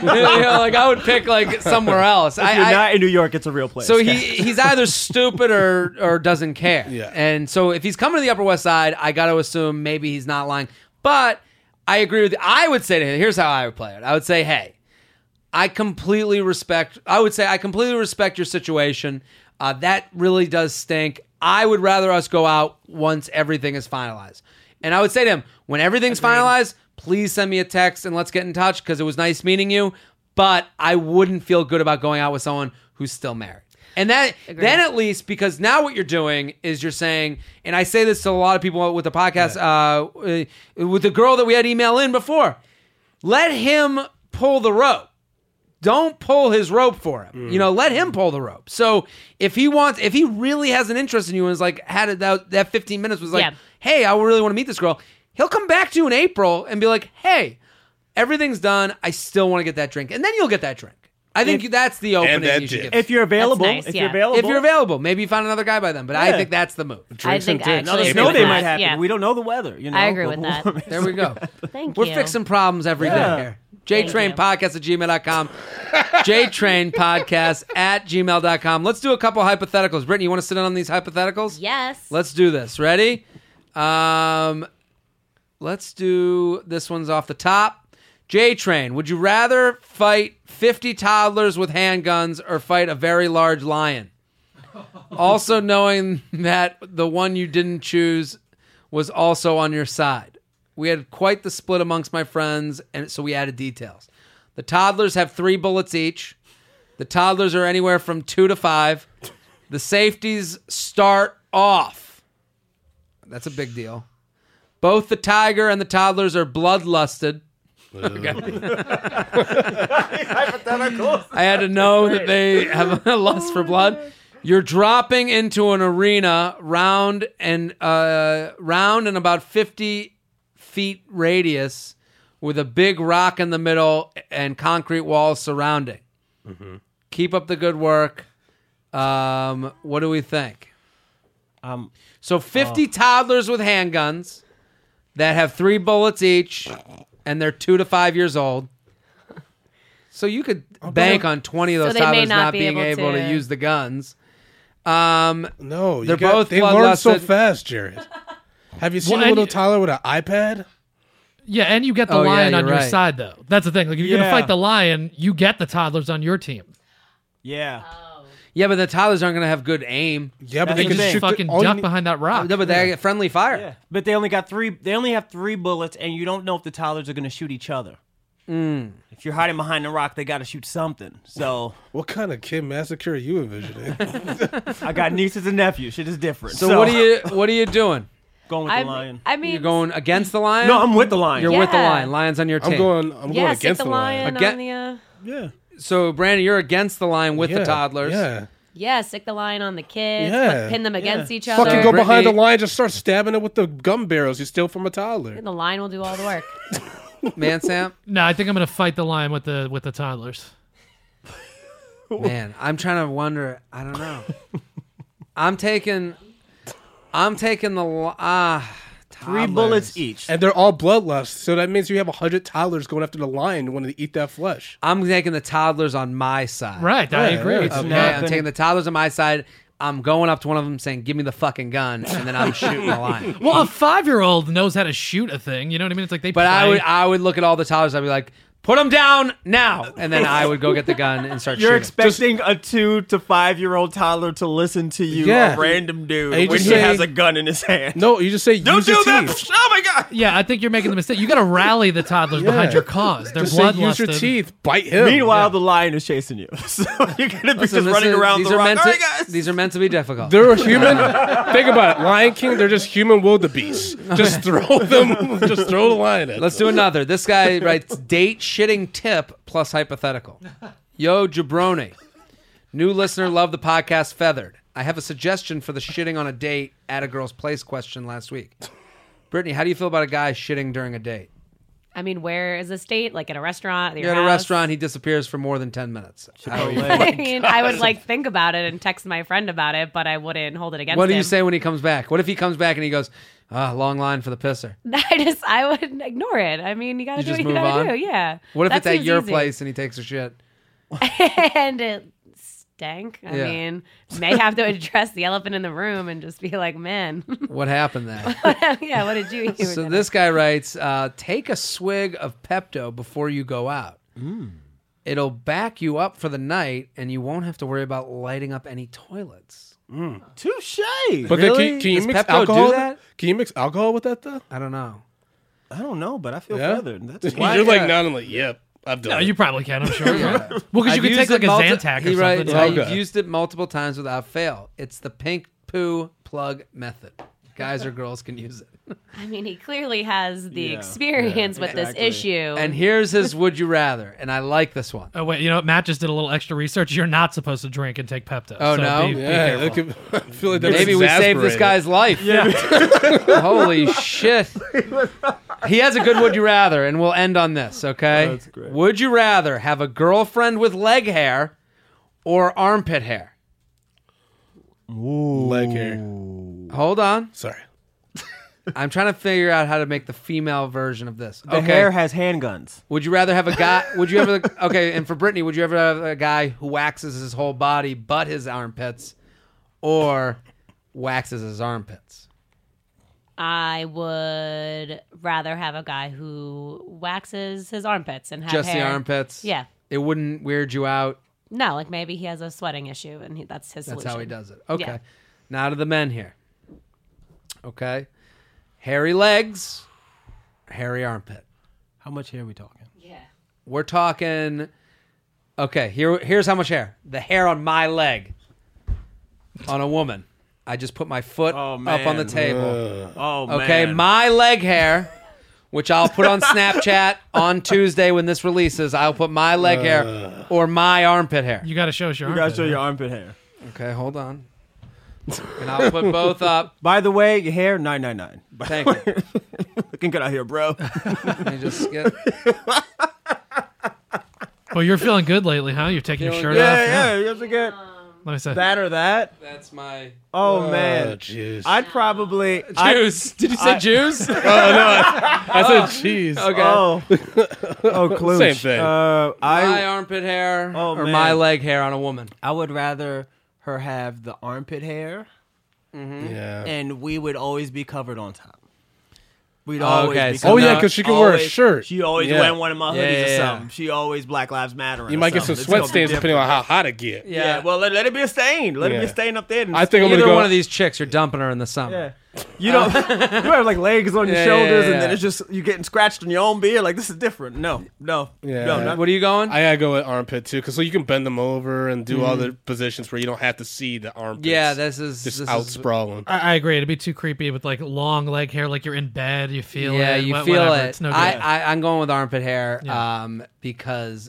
you know, like I would pick like somewhere else. I,
You're
I-
not in New York. It's a real place.
so he he's either stupid or or doesn't care.
Yeah.
And so if he's coming to the Upper West Side, I got to assume maybe he's not lying. But I agree with. I would say to him, here's how I would play it. I would say, hey, I completely respect. I would say I completely respect your situation. Uh, that really does stink. I would rather us go out once everything is finalized. And I would say to him, when everything's finalized, please send me a text and let's get in touch because it was nice meeting you. But I wouldn't feel good about going out with someone who's still married. And that then at least because now what you're doing is you're saying, and I say this to a lot of people with the podcast, uh, uh, with the girl that we had email in before, let him pull the rope don't pull his rope for him. You know, let him pull the rope. So if he wants, if he really has an interest in you and is like, had it that, that 15 minutes was like,
Yeah.
hey, I really want to meet this girl, he'll come back to you in April and be like, hey, everything's done. I still want to get that drink. And then you'll get that drink. I think that's the opening
that
you should
dip.
give.
if you're available,
nice,
if
yeah.
you're available,
If you're available, maybe you find another guy by then, but I
Yeah.
think that's the move.
I
Drinks and
think I
dicks.
Now the
actually
snow
agree
day
with
might happen.
that. Yeah.
We don't know the weather. You know,
I agree with
Global
that.
warming.
There we go.
Thank
We're
you.
fixing problems every day
Yeah.
here. JTrain podcast at gmail.com. JTrain podcast at gmail.com. Let's do a couple hypotheticals. Brittany, you want to sit in on these hypotheticals?
Yes.
Let's do this. Ready? Um, let's do this one's off the top. J Train, would you rather fight 50 toddlers with handguns or fight a very large lion? also, knowing that the one you didn't choose was also on your side. We had quite the split amongst my friends, and so we added details. The toddlers have three bullets each. The toddlers are anywhere from two to five. The safeties start off. That's a big deal. Both the tiger and the toddlers are bloodlusted. I had to know that they have a lust for blood. You're dropping into an arena round and uh, round and about 50 feet radius with a big rock in the middle and concrete walls surrounding. Keep up the good work. Um, what do we think?
Um,
So 50 toddlers with handguns that have three bullets each, and they're two to five years old. So you could
Oh,
bank on 20 of those
they may
toddlers
not
not
be
being able,
able
to...
to-
use the guns. Um,
No, you
They're
got-
both
They learn so
bloodlusted.
fast, Jared. Have you seen
Well,
a
and-
little Tyler with an iPad?
yeah, and you get the
Oh, yeah,
lion on
you're
your
right.
side though. That's the thing. Like if you're
Yeah.
gonna fight the lion, you get the toddlers on your team.
yeah.
yeah, but the toddlers aren't going to have good aim.
Yeah,
That's
but they
the
can
thing.
shoot.
Fucking
the, all you
duck
need-
behind that rock.
No, but they get friendly fire.
Yeah, but they only got three. They only have three bullets, and you don't know if the toddlers are going to shoot each other.
Hmm.
If you're hiding behind a rock, they got to shoot something. So
What kind of kid massacre are you envisioning?
I got nieces and nephews. Shit is different.
So, what are you what are you doing?
going with the
I,
lion?
I mean,
You're going against the lion?
no, I'm with the lion.
You're with the
Yeah.
lion. Lion's on your team.
I'm going. I'm
yeah,
going
stick
against
the lion
Again-
on the. Uh,
yeah.
So Brandon, you're against the lion with
Yeah,
the toddlers.
Yeah.
yeah, stick the lion on the kids.
Yeah.
Put, pin them against each other.
Fucking go
Brittany-
behind the lion, just start stabbing it with the gun barrels you steal from a toddler.
the lion will do all the work.
Man, Sam.
no, I think I'm gonna fight the lion with the with the toddlers.
Man, I'm trying to wonder. I don't know. I'm taking, I'm taking the li- ah
Three bullets each.
And they're all bloodlust, so that means you have hundred toddlers going after the lion wanting to eat that flesh.
I'm taking the toddlers on my side.
Right, I agree.
yeah.
It's-
Okay,
not
I'm
gonna-
taking the toddlers on my side. I'm going up to one of them saying, "Give me the fucking gun," and then I'm shooting the lion.
Well, a five year old knows how to shoot a thing. You know what I mean? It's like they.
But I
play-
would, I would look at all the toddlers. I'd be like, "Put them down now," and then I would go get the gun and start
You're
shooting.
expecting a two to five year old toddler to listen to you,
Yeah.
a random dude,
And you
when
just
he
say-
has a gun in his hand.
No, you just say
don't
use
do
your
that!
teeth.
Oh my god!
Yeah, I think you're making the mistake. You got to rally the toddlers behind your cause. They're
Just say use your
bloodlusted.
teeth, bite him.
Meanwhile, the lion is chasing you, so you're gonna be
Listen,
just running
this is-
around
these
the
are
rock.
meant
All
to,
right, guys.
these are meant to be difficult.
they're a human. Think about it, Lion King. They're just human wildebeest. Just throw them. Just throw the lion at.
Let's do another. This guy writes date shitting tip plus hypothetical. Yo, jabroni. New listener, love the podcast Feathered. I have a suggestion for the shitting on a date at a girl's place question last week. Brittany, how do you feel about a guy shitting during a date?
I mean, where is this date? Like at a restaurant? At your
You're at a
house?
restaurant, Oh he disappears for more than 10 minutes.
I mean, I would like think about it and text my friend about it, but I wouldn't hold it against
What do
him.
you say when he comes back? What if he comes back and he goes, ah, long line for the pisser?
I just, I would ignore it. I mean, you gotta
You
do
just
what you
move
gotta
on?
do. Yeah.
What if
That
it's at
seems
your
easy.
place and he takes a shit?
and it stank? I
Yeah.
mean, may have to address the elephant in the room and just be like, man,
What happened there?
yeah, what did you eat?
so this guy writes, uh, take a swig of Pepto before you go out. It'll back you up for the night, and you won't have to worry about lighting up any toilets.
Touche.
But then
Really?
can, can you
Does
mix
Pepto do
alcohol?
that?
Can you mix alcohol with that though?
I don't know.
I don't know, but I feel
Yeah?
feathered. That's
Why-
You're
yeah.
like nodding like, yep, I've done.
No,
it.
you probably can. I'm sure. yeah. Well, because
I've
you could take
used
like a
it multi-
Zantac or
he
something.
writes,
yeah.
I've
Okay.
used it multiple times without fail. It's the pink poo plug method. Guys or girls can use it.
I mean, he clearly has the
Yeah,
experience with
exactly.
this issue.
And here's his would you rather, and I like this one.
Oh wait, you know what? Matt just did a little extra research. You're not supposed to drink and take Pepto.
Oh,
so
no?
Be, be
yeah,
careful.
that could, I feel like that was
Maybe we saved this
exasperating.
guy's life.
Yeah.
Holy shit. He has a good would you rather, and we'll end on this, okay? That's great. Would you rather have a girlfriend with leg hair or armpit hair?
leg hair.
Hold on.
Sorry.
I'm trying to figure out how to make the female version of this.
The
okay.
hair has handguns.
Would you rather have a guy? Would you ever? Okay, and for Brittany, would you ever have a guy who waxes his whole body but his armpits, or waxes his armpits?
I would rather have a guy who waxes his armpits and have
Just
hair.
the armpits.
Yeah.
it wouldn't weird you out.
No, like maybe he has a sweating issue and he, that's his
That's
solution.
how he does it. Okay,
Yeah.
now to the men here. Okay, hairy legs, hairy armpit.
How much hair are we talking?
We're talking. Okay, here here's how much hair. The hair on my leg. On a woman, I just put my foot
Oh,
up on the
man.
table.
Oh
Okay,
man.
my leg hair, which I'll put on Snapchat on Tuesday when this releases. I'll put my leg hair or my armpit hair.
You got to show us your.
you
armpit,
gotta show your
right?
armpit hair.
Okay, hold on. And I'll put both up.
By the way, your hair nine nine nine.
Thank you.
Looking good out here, bro.
Let me just get.
Well, you're feeling good lately, huh? You're taking your
Feeling
shirt
good.
off.
yeah, yeah. You have to get
Let me say.
that or that.
That's my
Oh
Oh,
man,
jeez.
I'd probably. I'd,
Jews. Did you say Jews? Oh,
I said, jeez.
Okay.
oh, oh, Clutch.
Same thing.
Uh,
my
I
armpit hair
Oh,
or
man.
my leg hair on a woman.
I would rather her have the armpit hair,
Yeah.
and we would always be covered on top. We'd
Okay,
always. be
so
covered.
Oh, yeah,
'cause she could wear a
Always-
shirt.
She always
Yeah.
wearing one of my hoodies
Yeah, yeah,
or
yeah.
something. She always Black Lives Matter.
You might get some sweat stains depending on how hot it get.
Yeah. well, let, let it be a stain. Let it be
Yeah.
a stain up there. and
I think I'm
Either
gonna go.
one of these chicks, you're dumping her in the summer.
Yeah. You don't. you have like legs on your
Yeah, yeah,
shoulders,
yeah.
and then it's just you getting scratched on your own beard. Like this is different. No, no,
Yeah.
no. Not,
What are you going?
I gotta go with armpit too, because so you can bend them over and do all the positions where you don't have to see the armpits.
Mm. yeah, this is
just
this
out
is
sprawling.
I, I agree. It'd be too creepy with like long leg hair. Like you're in bed, you feel
yeah,
it.
you
wha-
feel
whatever.
it.
It's no good.
I, I, I'm going with armpit hair
Yeah.
um, because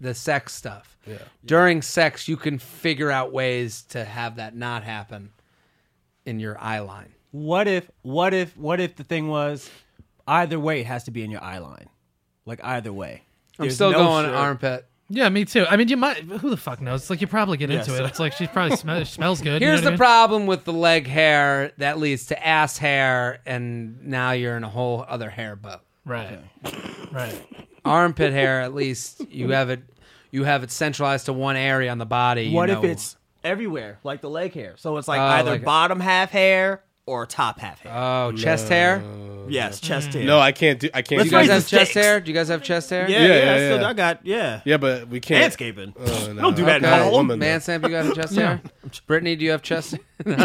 the sex stuff. Yeah. During sex, you can figure out ways to have that not happen in your eye line.
What if? What if? What if the thing was, either way, it has to be in your eye line. Like either way.
I'm still going armpit.
yeah, me too. I mean, you might. Who the fuck knows? It's like you probably get into
Yes.
it. It's like she probably smells smells good. you know
Here's
what
the
I mean?
problem with the leg hair that leads to ass hair, and now you're in a whole other hair boat.
Right. Right.
Armpit hair, at least you have it. You have it centralized to one area on the body. you
What if
know.
it's everywhere, like the leg hair? So it's like
Oh,
either
like-
bottom half hair or top half hair.
oh chest hair?
yes, chest hair.
No, I can't do. I can't.
Let's
Do
You guys
raise
have
the
chest
sticks.
hair? Do you guys have chest hair?
yeah,
Yeah,
yeah.
yeah,
so
yeah.
I got yeah.
yeah, but we can't.
Landscaping.
Oh, no.
Don't do that in
Okay.
Harlem.
Woman, though.
Man Sam, you got a chest hair? Brittany, do you have chest hair?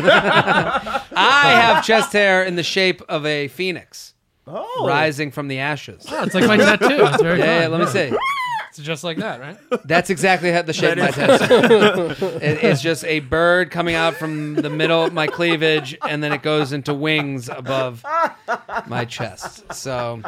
I have chest hair in the shape of a phoenix
Oh, Ah,
rising from the ashes.
Oh, it's like my tattoo. It's very
Yeah, yeah,
fun.
let me see.
It's just like that, right?
That's exactly how the shape of my chest. It, it's just a bird coming out from the middle of my cleavage, and then it goes into wings above my chest. So,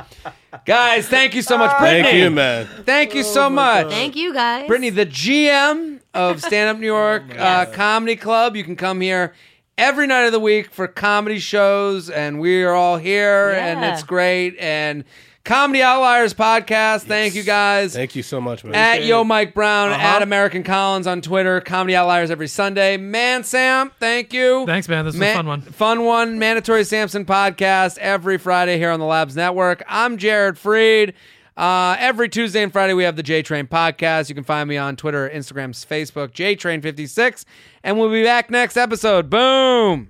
guys, thank you so much, Brittany.
Thank you, man.
Thank you so much.
Oh Thank you Oh guys.
Brittany, the GM of Stand Up New York uh, Comedy Club. You can come here every night of the week for comedy shows, and we are all here, and
Yeah.
it's great. And Comedy Outliers podcast. Thank you guys.
Thank you so much, man.
at Yo Mike Brown,
Uh-huh.
at American Collins on Twitter, Comedy Outliers every Sunday. Man Sam, thank you.
Thanks, man. This was a fun one.
Fun one. Mandatory Samson podcast every Friday here on the Labs Network. I'm Jared Freed. Uh, every Tuesday and Friday, we have the J Train podcast. You can find me on Twitter, Instagram, Facebook, J Train56. And we'll be back next episode. Boom.